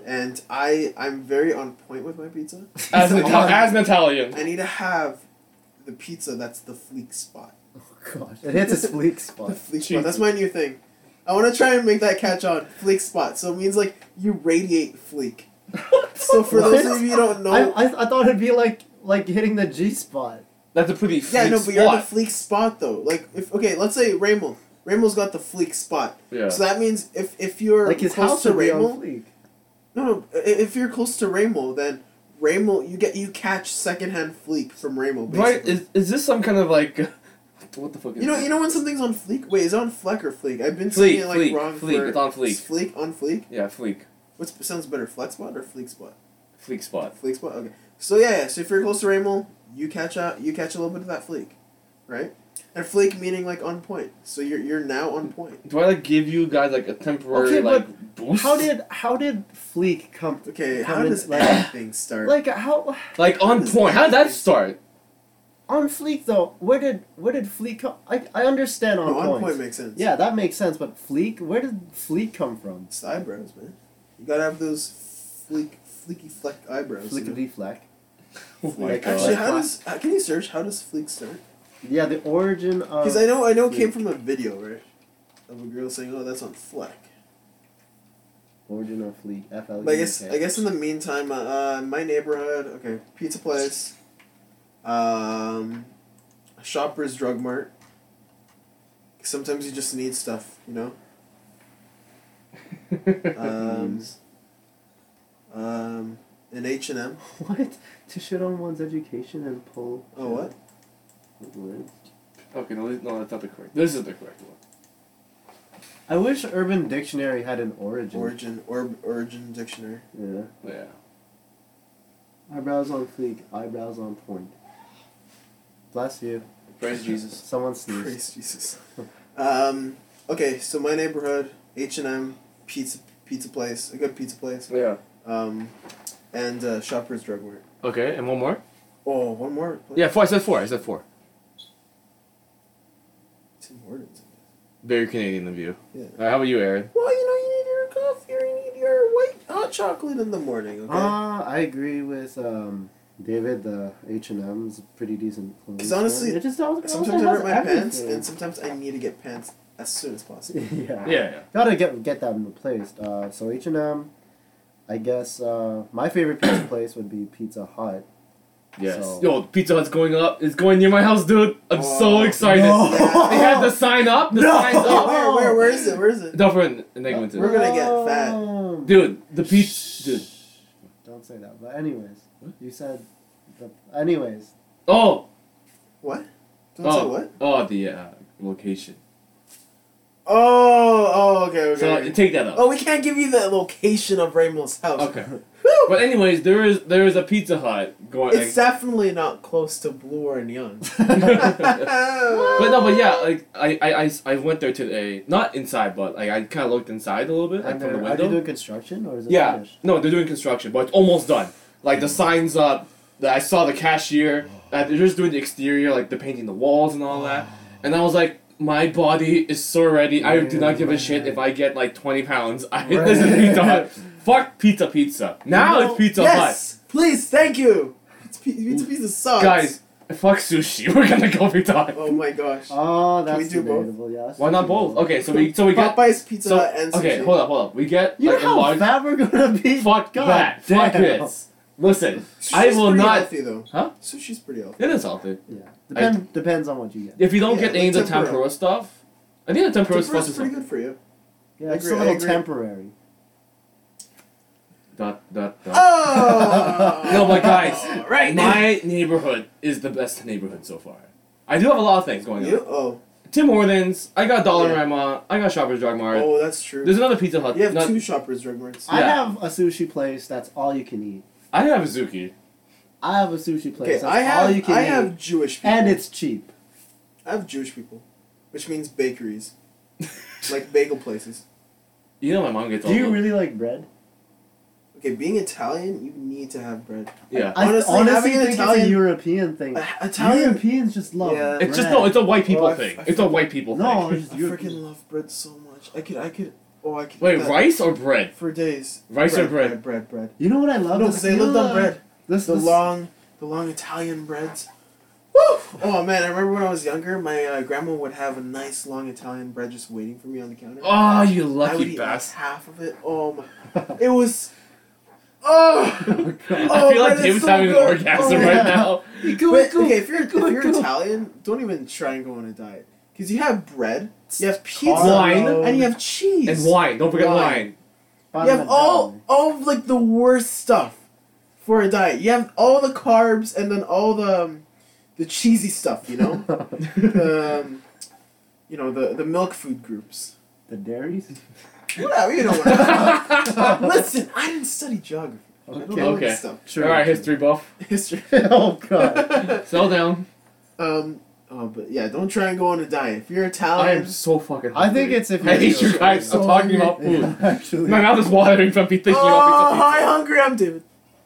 Speaker 1: and I I'm very on point with my pizza.
Speaker 3: as,
Speaker 2: Oh
Speaker 3: an
Speaker 1: So
Speaker 3: Ital- as an Italian.
Speaker 1: I need to have the pizza that's the fleek spot.
Speaker 2: Oh, gosh. It hits its bleak
Speaker 1: The
Speaker 2: spot.
Speaker 1: fleek spot. That's my new thing. I want to try and make that catch on fleek spot. So it means like you radiate fleek. <laughs> So <laughs> for those of you who don't know,
Speaker 2: I, I, I thought it'd be like like hitting the G spot.
Speaker 3: <laughs> That's a pretty
Speaker 1: yeah,
Speaker 3: fleek
Speaker 1: no, but you're the
Speaker 3: spot.
Speaker 1: fleek spot though. Like if okay, let's say Raymond. Raymond's got the fleek spot.
Speaker 3: Yeah.
Speaker 1: So that means if if you're
Speaker 2: Like his
Speaker 1: close
Speaker 2: house
Speaker 1: to
Speaker 2: would be on
Speaker 1: Raymond,
Speaker 2: fleek.
Speaker 1: No, no. i- If you're close to Ramo, then Ramo, you get you catch secondhand fleek from Ramo.
Speaker 3: Right?
Speaker 1: Basically.
Speaker 3: Is, is this some kind of like <laughs> what the fuck? Is
Speaker 1: you know,
Speaker 3: this?
Speaker 1: you know when something's on fleek. Wait, is it on fleck or fleek? I've been
Speaker 3: Fleek,
Speaker 1: saying it like
Speaker 3: fleek,
Speaker 1: wrong.
Speaker 3: fleek,
Speaker 1: for-
Speaker 3: it's on fleek.
Speaker 1: It's fleek on fleek.
Speaker 3: Yeah, fleek,
Speaker 1: What sounds better, fleck spot or fleek spot?
Speaker 3: fleek spot.
Speaker 1: Fleek spot. Okay. So yeah, yeah, so if you're close to Ramo, you catch out, you catch a little bit of that fleek, right? And fleek meaning like on point. So you're you're now on point.
Speaker 3: Do I like give you guys like a temporary
Speaker 2: Okay, but
Speaker 3: like boost?
Speaker 2: How did how did fleek come?
Speaker 1: Okay,
Speaker 2: come
Speaker 1: how
Speaker 2: in-
Speaker 1: does
Speaker 2: like,
Speaker 1: everything start?
Speaker 2: like how
Speaker 3: like on point? How did that start?
Speaker 2: on fleek though? Where did where did fleek come? I I understand on
Speaker 1: no, Oh, on
Speaker 2: point.
Speaker 1: point makes sense.
Speaker 2: Yeah, that makes sense. But fleek, where did fleek come from?
Speaker 1: It's the eyebrows, man. You gotta have those fleek, fleeky fleck eyebrows. you know?
Speaker 2: Flickety fleck.
Speaker 3: Oh my
Speaker 2: Like,
Speaker 3: God.
Speaker 1: Actually, how
Speaker 2: Fleck.
Speaker 1: does uh, can you search how does fleek start?
Speaker 2: Yeah, the origin of.
Speaker 1: Because I know I know it came
Speaker 2: fleek.
Speaker 1: from a video right of a girl saying, "Oh, that's on fleck."
Speaker 2: Origin of fleek. F L E E K.
Speaker 1: But I guess I guess in the meantime, uh, uh, my neighborhood, okay, pizza place, um, Shoppers Drug Mart. Sometimes you just need stuff, you know.
Speaker 3: <laughs>
Speaker 1: Um, um, an H and M.
Speaker 2: <laughs> What to shit on one's education and pull?
Speaker 1: Oh, what?
Speaker 2: Words?
Speaker 3: okay, no, this- no, that's not the correct. This is the correct one.
Speaker 2: I wish Urban Dictionary had an origin.
Speaker 1: Origin or Origin Dictionary.
Speaker 2: yeah.
Speaker 3: Yeah.
Speaker 2: Eyebrows on fleek. Eyebrows on point. Bless you.
Speaker 1: <laughs>
Speaker 3: Praise Jesus.
Speaker 2: Someone sneezed.
Speaker 1: Praise Jesus. Um, okay, so my neighborhood, H and M, pizza pizza place, a good pizza place,
Speaker 3: Yeah.
Speaker 1: um, and uh, Shoppers Drug Mart.
Speaker 3: Okay, and one more.
Speaker 1: Oh, one more. Place.
Speaker 3: Yeah, four. I said four. I said four.
Speaker 1: Tim Hortons.
Speaker 3: Very Canadian of you.
Speaker 1: Yeah.
Speaker 3: All right, how about you, Aaron?
Speaker 1: Well, you know, you need your coffee or you need your white hot chocolate in the morning. Okay.
Speaker 3: Uh,
Speaker 2: Ah, I agree with um, David. The H and M is a pretty decent. clothes
Speaker 1: 'Cause honestly,
Speaker 2: line. it just also, it also
Speaker 1: sometimes I
Speaker 2: has
Speaker 1: wear my pants,
Speaker 2: everything.
Speaker 1: and sometimes I need to get pants as soon as
Speaker 3: <laughs>
Speaker 1: possible.
Speaker 2: Ah, yeah.
Speaker 3: Yeah.
Speaker 2: Gotta get get that replaced. Uh, so H and M, I guess uh, my favorite pizza place would be Pizza Hut.
Speaker 3: Yes.
Speaker 2: So-
Speaker 3: Yo, Pizza Hut's going up. It's going near my house, dude. I'm so
Speaker 1: Oh,
Speaker 3: excited.
Speaker 2: no.
Speaker 3: They had the sign
Speaker 1: <laughs>
Speaker 3: up. The
Speaker 2: No.
Speaker 3: sign's
Speaker 1: Oh,
Speaker 3: up.
Speaker 1: where, where, where is it? Where is it?
Speaker 3: Different in Eglinton.
Speaker 1: We're gonna get fat.
Speaker 2: Um,
Speaker 3: Dude, the pizza. Dude.
Speaker 2: Don't say that. But anyways,
Speaker 3: What?
Speaker 2: you said. The,
Speaker 3: <laughs>
Speaker 2: anyways,
Speaker 3: Oh.
Speaker 1: What? Don't
Speaker 3: oh.
Speaker 1: say what?
Speaker 3: Oh, the uh, location.
Speaker 1: Oh, oh, okay, okay.
Speaker 3: So
Speaker 1: okay.
Speaker 3: take that out.
Speaker 1: oh, we can't give you the location of Raymond's house. <laughs>
Speaker 3: Okay.
Speaker 1: Whew.
Speaker 3: But anyways, there is there is a Pizza Hut going.
Speaker 1: It's definitely not close to Blue or
Speaker 3: <laughs>
Speaker 1: Young.
Speaker 3: but no, but yeah, like I, I, I, I went there today. Not inside, but like I kind of looked inside a little bit, like
Speaker 2: And
Speaker 3: from
Speaker 2: they're-
Speaker 3: the
Speaker 2: are they
Speaker 3: window.
Speaker 2: doing construction or is it
Speaker 3: Yeah. <laughs>
Speaker 2: finished?
Speaker 3: No, they're doing construction, but it's almost done. Like the signs up. that I saw the cashier. That they're just doing the exterior, like they're painting the walls and all that. And I was like, my body is so ready. I do not give a shit if I get like twenty pounds. <laughs> I
Speaker 2: Right.
Speaker 3: this is Pizza Hut. Fuck Pizza Pizza. <laughs> Now it's Pizza Hut.
Speaker 1: yes, please, thank you. It's pi- Pizza Pizza sucks.
Speaker 3: Guys, fuck sushi. <laughs> We're gonna go Pizza Hut.
Speaker 1: Oh my gosh.
Speaker 2: <laughs> Oh,
Speaker 1: Can
Speaker 2: that's
Speaker 1: we do both?
Speaker 2: debatable. Yeah. that's
Speaker 3: Why not both?
Speaker 2: debatable.
Speaker 3: Okay, so we so we got
Speaker 1: Popeye's Pizza
Speaker 3: so
Speaker 1: Hut and
Speaker 3: okay.
Speaker 1: sushi.
Speaker 3: Hold up, hold up. We get
Speaker 2: You
Speaker 3: like
Speaker 2: know how
Speaker 3: enlarged.
Speaker 2: fat we're gonna be.
Speaker 3: <laughs> Fuck
Speaker 2: God
Speaker 3: that. Fuck
Speaker 2: damn.
Speaker 3: this. Listen,
Speaker 1: Sushi's
Speaker 3: I will
Speaker 1: pretty
Speaker 3: not.
Speaker 1: Healthy, though.
Speaker 3: Huh?
Speaker 1: Sushi's pretty healthy.
Speaker 3: It is healthy.
Speaker 2: Yeah. Depend, depends on what you get.
Speaker 3: If you don't
Speaker 1: Yeah,
Speaker 3: get any of the
Speaker 1: like tempura.
Speaker 3: tempura stuff, I think the tempura stuff
Speaker 1: Tempura's
Speaker 3: is
Speaker 1: pretty good for you.
Speaker 2: Yeah,
Speaker 1: I
Speaker 2: it's
Speaker 1: agree,
Speaker 2: a
Speaker 1: I
Speaker 2: little
Speaker 1: agree.
Speaker 2: temporary.
Speaker 3: Dot dot dot.
Speaker 1: Oh!
Speaker 3: <laughs> No, but guys,
Speaker 1: right.
Speaker 3: My neighborhood is the best neighborhood so far. I do have a lot of things going on.
Speaker 1: You? Oh,
Speaker 3: Tim Hortons. I got Dollarama. I got Shoppers Drug Mart.
Speaker 1: oh, that's true.
Speaker 3: There's another Pizza Hut.
Speaker 1: you have
Speaker 3: not-
Speaker 1: two shoppers drug marts.
Speaker 2: I
Speaker 3: Yeah.
Speaker 2: have a sushi place that's all you can eat.
Speaker 3: I have a Zuki.
Speaker 2: I have a sushi place
Speaker 1: Okay,
Speaker 2: that's
Speaker 1: I
Speaker 2: all
Speaker 1: have
Speaker 2: you can
Speaker 1: I
Speaker 2: eat.
Speaker 1: have Jewish people.
Speaker 2: and it's cheap.
Speaker 1: I have Jewish people, which means bakeries, <laughs> like bagel places.
Speaker 3: You know my mom gets all.
Speaker 2: Do you
Speaker 3: the-
Speaker 2: really like bread?
Speaker 1: Okay, being Italian, you need to have bread.
Speaker 3: Yeah.
Speaker 2: I
Speaker 1: Honestly,
Speaker 2: honestly
Speaker 1: having an
Speaker 2: think it's
Speaker 1: Italian-
Speaker 2: a European thing.
Speaker 1: Uh, Italian.
Speaker 2: Europeans just love
Speaker 1: Yeah.
Speaker 3: It's just
Speaker 2: bread.
Speaker 3: no. It's a white people
Speaker 1: Oh, I-
Speaker 3: thing.
Speaker 1: I-
Speaker 3: it's a white people
Speaker 2: No,
Speaker 3: thing.
Speaker 2: it's
Speaker 1: I
Speaker 2: just European.
Speaker 1: freaking love bread so much. I could, I could, oh, I could.
Speaker 3: Wait,
Speaker 1: eat that
Speaker 3: rice or bread?
Speaker 1: for days.
Speaker 3: Rice or Oh,
Speaker 1: bread? Bread, bread, bread.
Speaker 2: You know what I love?
Speaker 1: No,
Speaker 2: This-
Speaker 1: because they
Speaker 2: you know
Speaker 1: lived on
Speaker 2: the-
Speaker 1: bread.
Speaker 2: This,
Speaker 1: The
Speaker 2: this- <laughs>
Speaker 1: long, the long Italian breads. Woo! Oh man, I remember when I was younger, my uh, grandma would have a nice long Italian bread just waiting for me on the counter.
Speaker 3: Oh, you
Speaker 1: I would
Speaker 3: lucky
Speaker 1: eat like
Speaker 3: bastard.
Speaker 1: half of it. Oh my! It was.
Speaker 3: <laughs>
Speaker 1: Oh.
Speaker 3: I feel
Speaker 1: Oh,
Speaker 3: like
Speaker 1: man, it's
Speaker 3: David's
Speaker 1: so
Speaker 3: having
Speaker 1: good.
Speaker 3: an orgasm
Speaker 1: Oh,
Speaker 2: yeah. <laughs>
Speaker 3: right now.
Speaker 1: But, okay, if you're if you're Italian, don't even try and go on a diet because you have bread, you have pizza,
Speaker 3: Wine.
Speaker 1: and you have cheese,
Speaker 3: And wine. Don't forget
Speaker 1: Wine.
Speaker 3: wine.
Speaker 1: You have
Speaker 2: Parmesan.
Speaker 1: all all of, like the worst stuff for a diet. You have all the carbs and then all the um, the cheesy stuff. You
Speaker 3: <laughs>
Speaker 1: know, the, um, you know the the milk food groups.
Speaker 2: <laughs> the dairies.
Speaker 1: Whatever you know. Whatever.
Speaker 3: <laughs>
Speaker 1: Listen, I didn't study geography. I don't know
Speaker 3: Okay.
Speaker 1: this stuff. <laughs>
Speaker 2: True.
Speaker 3: <laughs> All right, history buff.
Speaker 1: History.
Speaker 2: <laughs>
Speaker 1: <laughs>
Speaker 2: oh god.
Speaker 3: Settle down.
Speaker 1: um. Oh, but yeah, don't try and go on a diet. If you're
Speaker 3: I
Speaker 1: Italian,
Speaker 3: am so fucking.
Speaker 2: Um, I
Speaker 3: Hungry.
Speaker 2: think it's if
Speaker 3: I hate
Speaker 2: you're
Speaker 3: you guys.
Speaker 2: so
Speaker 3: I'm talking about
Speaker 2: hungry-
Speaker 3: food.
Speaker 2: Actually.
Speaker 3: My mouth is watering from be thinking about
Speaker 1: oh,
Speaker 3: pizza.
Speaker 1: hi, hungry I'm David.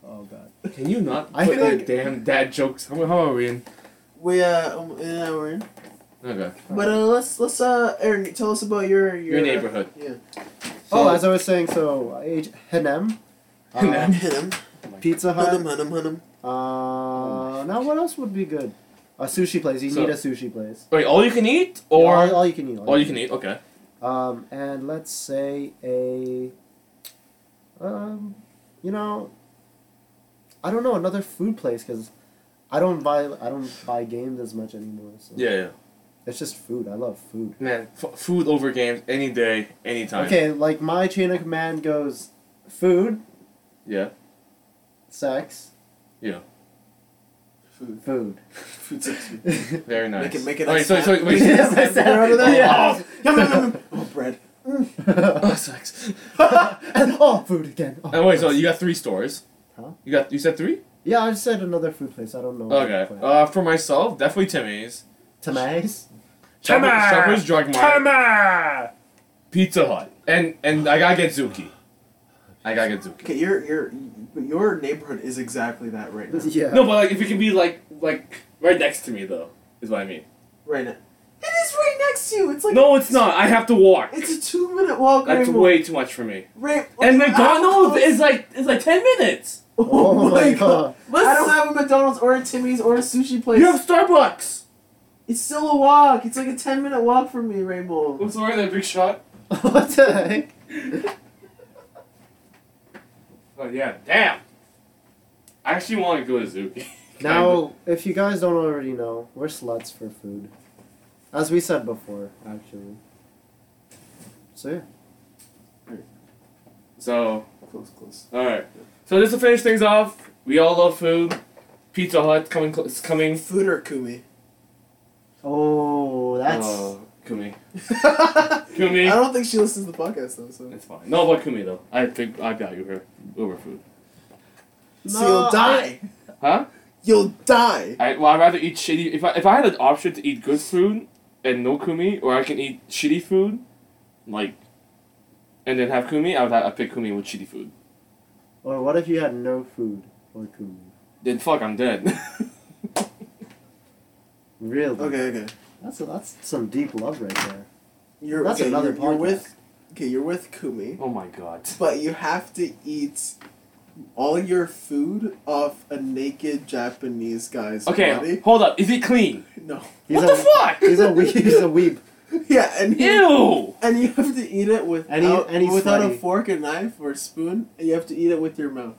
Speaker 2: Oh god.
Speaker 3: pizza. Can you not
Speaker 2: I
Speaker 3: put
Speaker 2: think-
Speaker 3: the damn dad jokes? How, how are we in?
Speaker 1: We uh, um, yeah, we're in.
Speaker 3: Okay.
Speaker 1: But uh, let's let's uh, Aaron, tell us about your your,
Speaker 3: Your neighborhood.
Speaker 1: Yeah.
Speaker 2: oh, as I was saying, so H- Hanem. uh,
Speaker 1: <laughs>
Speaker 3: Hanem.
Speaker 1: Hit him.
Speaker 2: Pizza
Speaker 1: Hit him.
Speaker 2: Hut.
Speaker 1: Hit him. Hit him.
Speaker 2: Uh, now what else would be good? A sushi place. You
Speaker 3: So-
Speaker 2: need a sushi place.
Speaker 3: Wait, all you can eat or
Speaker 2: all, all you can eat.
Speaker 3: all you can eat? Okay.
Speaker 2: Um, and let's say a, um, you know, I don't know another food place because I don't buy I don't buy games as much anymore. So
Speaker 3: Yeah, yeah.
Speaker 2: it's just food. I love food.
Speaker 3: Man, f- food over games any day, anytime.
Speaker 2: Okay, like my chain of command goes, food,
Speaker 3: Yeah.
Speaker 2: sex,
Speaker 1: Food.
Speaker 2: food. <laughs>
Speaker 1: Food sex. food.
Speaker 3: Very nice.
Speaker 1: Make it. Make it.
Speaker 3: Wait,
Speaker 1: nice
Speaker 3: so, so, Oh,
Speaker 1: snack. <laughs>
Speaker 3: wait.
Speaker 1: Make it
Speaker 2: Yeah,
Speaker 1: nice snack.
Speaker 2: snack.
Speaker 1: Get out of there.
Speaker 3: Yeah.
Speaker 1: Yum, yum, yum, yum. Oh, bread.
Speaker 3: Oh, sucks. <laughs>
Speaker 2: and oh, food again. Oh,
Speaker 3: Oh, wait, so you got three stores.
Speaker 2: Huh?
Speaker 3: You got you said three?
Speaker 2: yeah, I said another food place. I don't know. what
Speaker 3: Okay.
Speaker 2: it was.
Speaker 3: Uh, for myself, definitely Timmy's.
Speaker 2: Tamales.
Speaker 3: Uh, Shopper-
Speaker 4: Timmy's!
Speaker 3: Shoppers Drug Mart.
Speaker 4: Timer!
Speaker 3: Pizza Hut. And and I gotta get Zuki. I gotta get
Speaker 1: <laughs>
Speaker 3: Zuki.
Speaker 1: Okay, your your but your neighborhood is exactly that right <laughs> now.
Speaker 2: Yeah.
Speaker 3: No, but like if it can be like like right next to me though, is what I mean.
Speaker 1: Right now. It is right next to you. It's like
Speaker 3: No, it's not. I have to walk.
Speaker 1: It's a two minute walk.
Speaker 3: That's
Speaker 1: Rainbow.
Speaker 3: way too much for me.
Speaker 1: Right.
Speaker 3: And
Speaker 1: like,
Speaker 3: McDonald's
Speaker 1: how <laughs>
Speaker 3: is like it's like ten minutes.
Speaker 1: close-
Speaker 2: Oh,
Speaker 3: <laughs>
Speaker 2: my god. <laughs>
Speaker 1: I don't have a McDonald's or a Timmy's or a sushi place.
Speaker 3: You have Starbucks.
Speaker 1: It's still a walk. It's like a ten minute walk from me, Rainbow.
Speaker 3: sorry, that big shot.
Speaker 2: what the heck?
Speaker 3: Oh yeah, damn. I actually want to go to Zuki. <laughs>
Speaker 2: Now, if you guys don't already know, we're sluts for food. As we said before, actually. So yeah.
Speaker 3: so
Speaker 1: Close, close.
Speaker 3: all right. So just to finish things off, we all love food.
Speaker 1: <laughs>
Speaker 3: Pizza Hut coming. cl- is coming.
Speaker 1: Food or Kumi?
Speaker 2: Oh, that's
Speaker 3: Oh, Kumi.
Speaker 1: I
Speaker 3: Kumi.
Speaker 1: don't think she listens to the podcast though. So
Speaker 3: It's fine. No, but Kumi though. I think I value her over food.
Speaker 1: so you'll die.
Speaker 3: Huh?
Speaker 1: You'll die.
Speaker 3: I well, I'd rather eat shitty. If I if I had an option to eat good food and no Kumi, or I can eat shitty food, like, and then have Kumi, I would have, I pick Kumi with shitty food.
Speaker 2: Or what if you had no food or kumi?
Speaker 3: Then fuck,
Speaker 2: <laughs>
Speaker 3: I'm dead.
Speaker 2: Really?
Speaker 1: Okay, okay.
Speaker 2: That's that's some deep love right there.
Speaker 1: You're
Speaker 2: that's
Speaker 1: okay,
Speaker 2: another
Speaker 1: you're,
Speaker 2: podcast.
Speaker 1: you're with okay. You're with Kumi,
Speaker 3: oh my god.
Speaker 1: but you have to eat all your food off a naked Japanese guy's
Speaker 3: Okay,
Speaker 1: body. <laughs>
Speaker 3: hold up. Is it clean?
Speaker 1: No.
Speaker 2: He's
Speaker 3: what
Speaker 2: a,
Speaker 3: the fuck?
Speaker 2: He's a weeb. He's a
Speaker 3: <laughs>
Speaker 2: weeb.
Speaker 1: <laughs> Yeah, and he,
Speaker 3: Ew.
Speaker 1: and you have to eat it without
Speaker 2: And he- and he's
Speaker 1: without
Speaker 2: sweaty.
Speaker 1: a fork and knife or spoon. And you have to eat it with your mouth,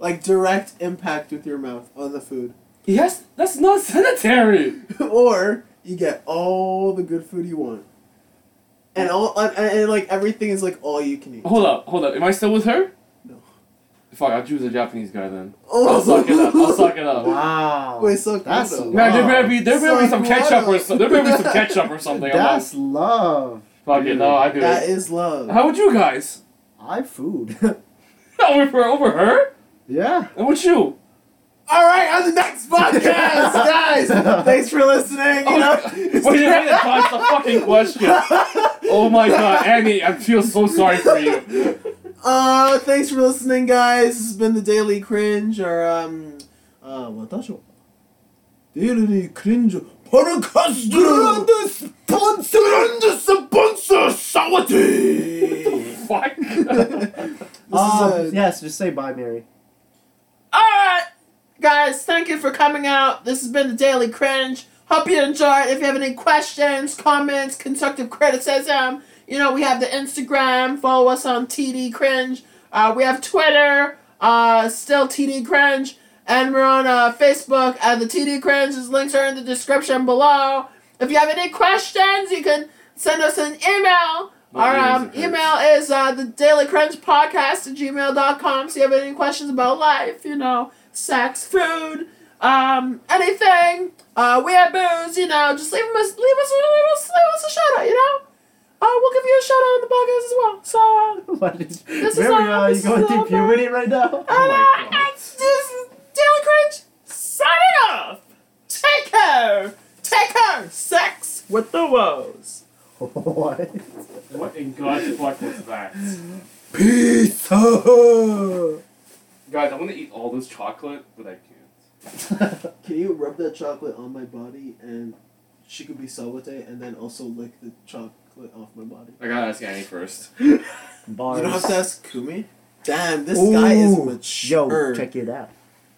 Speaker 1: like direct impact with your mouth on the food. <laughs>
Speaker 3: Yes, that's not sanitary.
Speaker 1: or you get all the good food you want, and all and, and, and, like everything is like all you can eat.
Speaker 3: Hold up, hold up. Am I still with her?
Speaker 1: No.
Speaker 3: Fuck, I'll choose a Japanese
Speaker 1: <laughs>
Speaker 3: guy then.
Speaker 1: Oh,
Speaker 3: I'll suck it up. I'll suck it up.
Speaker 2: Wow.
Speaker 1: Wait, so
Speaker 2: That's
Speaker 1: that's
Speaker 2: love.
Speaker 3: Man, there better be there better be some ketchup or some, there
Speaker 1: <laughs>
Speaker 3: better be some ketchup or something. I'm like,
Speaker 2: That's love.
Speaker 3: fuck it, no, I
Speaker 1: <laughs>
Speaker 3: do
Speaker 1: that
Speaker 3: it.
Speaker 1: is love.
Speaker 3: How would you guys? <laughs>
Speaker 2: I food. <laughs>
Speaker 3: Over for over her?
Speaker 2: yeah.
Speaker 3: And what you?
Speaker 1: all right, on the next
Speaker 3: <laughs>
Speaker 1: podcast, guys. Thanks for listening. <laughs> You know,
Speaker 3: Wait a minute, that's the fucking
Speaker 1: <laughs>
Speaker 3: question. Oh my god, Annie, I feel so sorry for
Speaker 1: <laughs>
Speaker 3: you.
Speaker 1: uh, thanks for listening, guys. This has been the Daily Cringe or um, uh, what Daily Cringe podcast. sponsor, sponsor,
Speaker 3: Fuck.
Speaker 1: <laughs> This
Speaker 2: Um,
Speaker 1: is a-
Speaker 2: yes. Just say bye, <laughs> Mary.
Speaker 1: Alright, guys, thank you for coming out. This has been the Daily Cringe. Hope you enjoyed. If you have any questions, comments, constructive criticism, you know, we have the Instagram. Follow us on TD Cringe. Uh, we have Twitter, uh, still TD Cringe. And we're on uh, Facebook at the TD Cringe. Those links are in the description below. If you have any questions, you can send us an email.
Speaker 3: My
Speaker 1: Our
Speaker 3: ears
Speaker 1: um,
Speaker 3: hurt.
Speaker 1: email is uh, the Daily Crunch Podcast at gmail.com. So you have any questions about life, you know, sex, food, um, anything, uh, we have booze, you know, just leave us, leave us, leave us, leave us a shout out, you know. Uh, we'll give you a shout out on the podcast as well. So, uh,
Speaker 2: What is?
Speaker 1: This is
Speaker 2: Mary,
Speaker 1: all-
Speaker 2: are you
Speaker 1: this is
Speaker 2: going through
Speaker 1: all-
Speaker 2: puberty
Speaker 1: <laughs>
Speaker 2: right now?
Speaker 3: Oh my God.
Speaker 1: uh, it's- this is Daily Crunch signing off. Take care. Take care. Sex with the woes.
Speaker 2: <laughs> what?
Speaker 3: What in God's fuck was that?
Speaker 1: Peace.
Speaker 3: Guys, I want to eat all this chocolate, but I can't.
Speaker 1: Can you rub that chocolate on my body and she could be solvate and then also lick the chocolate off my body?
Speaker 3: I gotta ask Annie first.
Speaker 2: <laughs> Bars.
Speaker 1: You don't have to ask Kumi? Damn, this guy is
Speaker 2: Ooh,
Speaker 1: mature.
Speaker 2: Yo, check it out.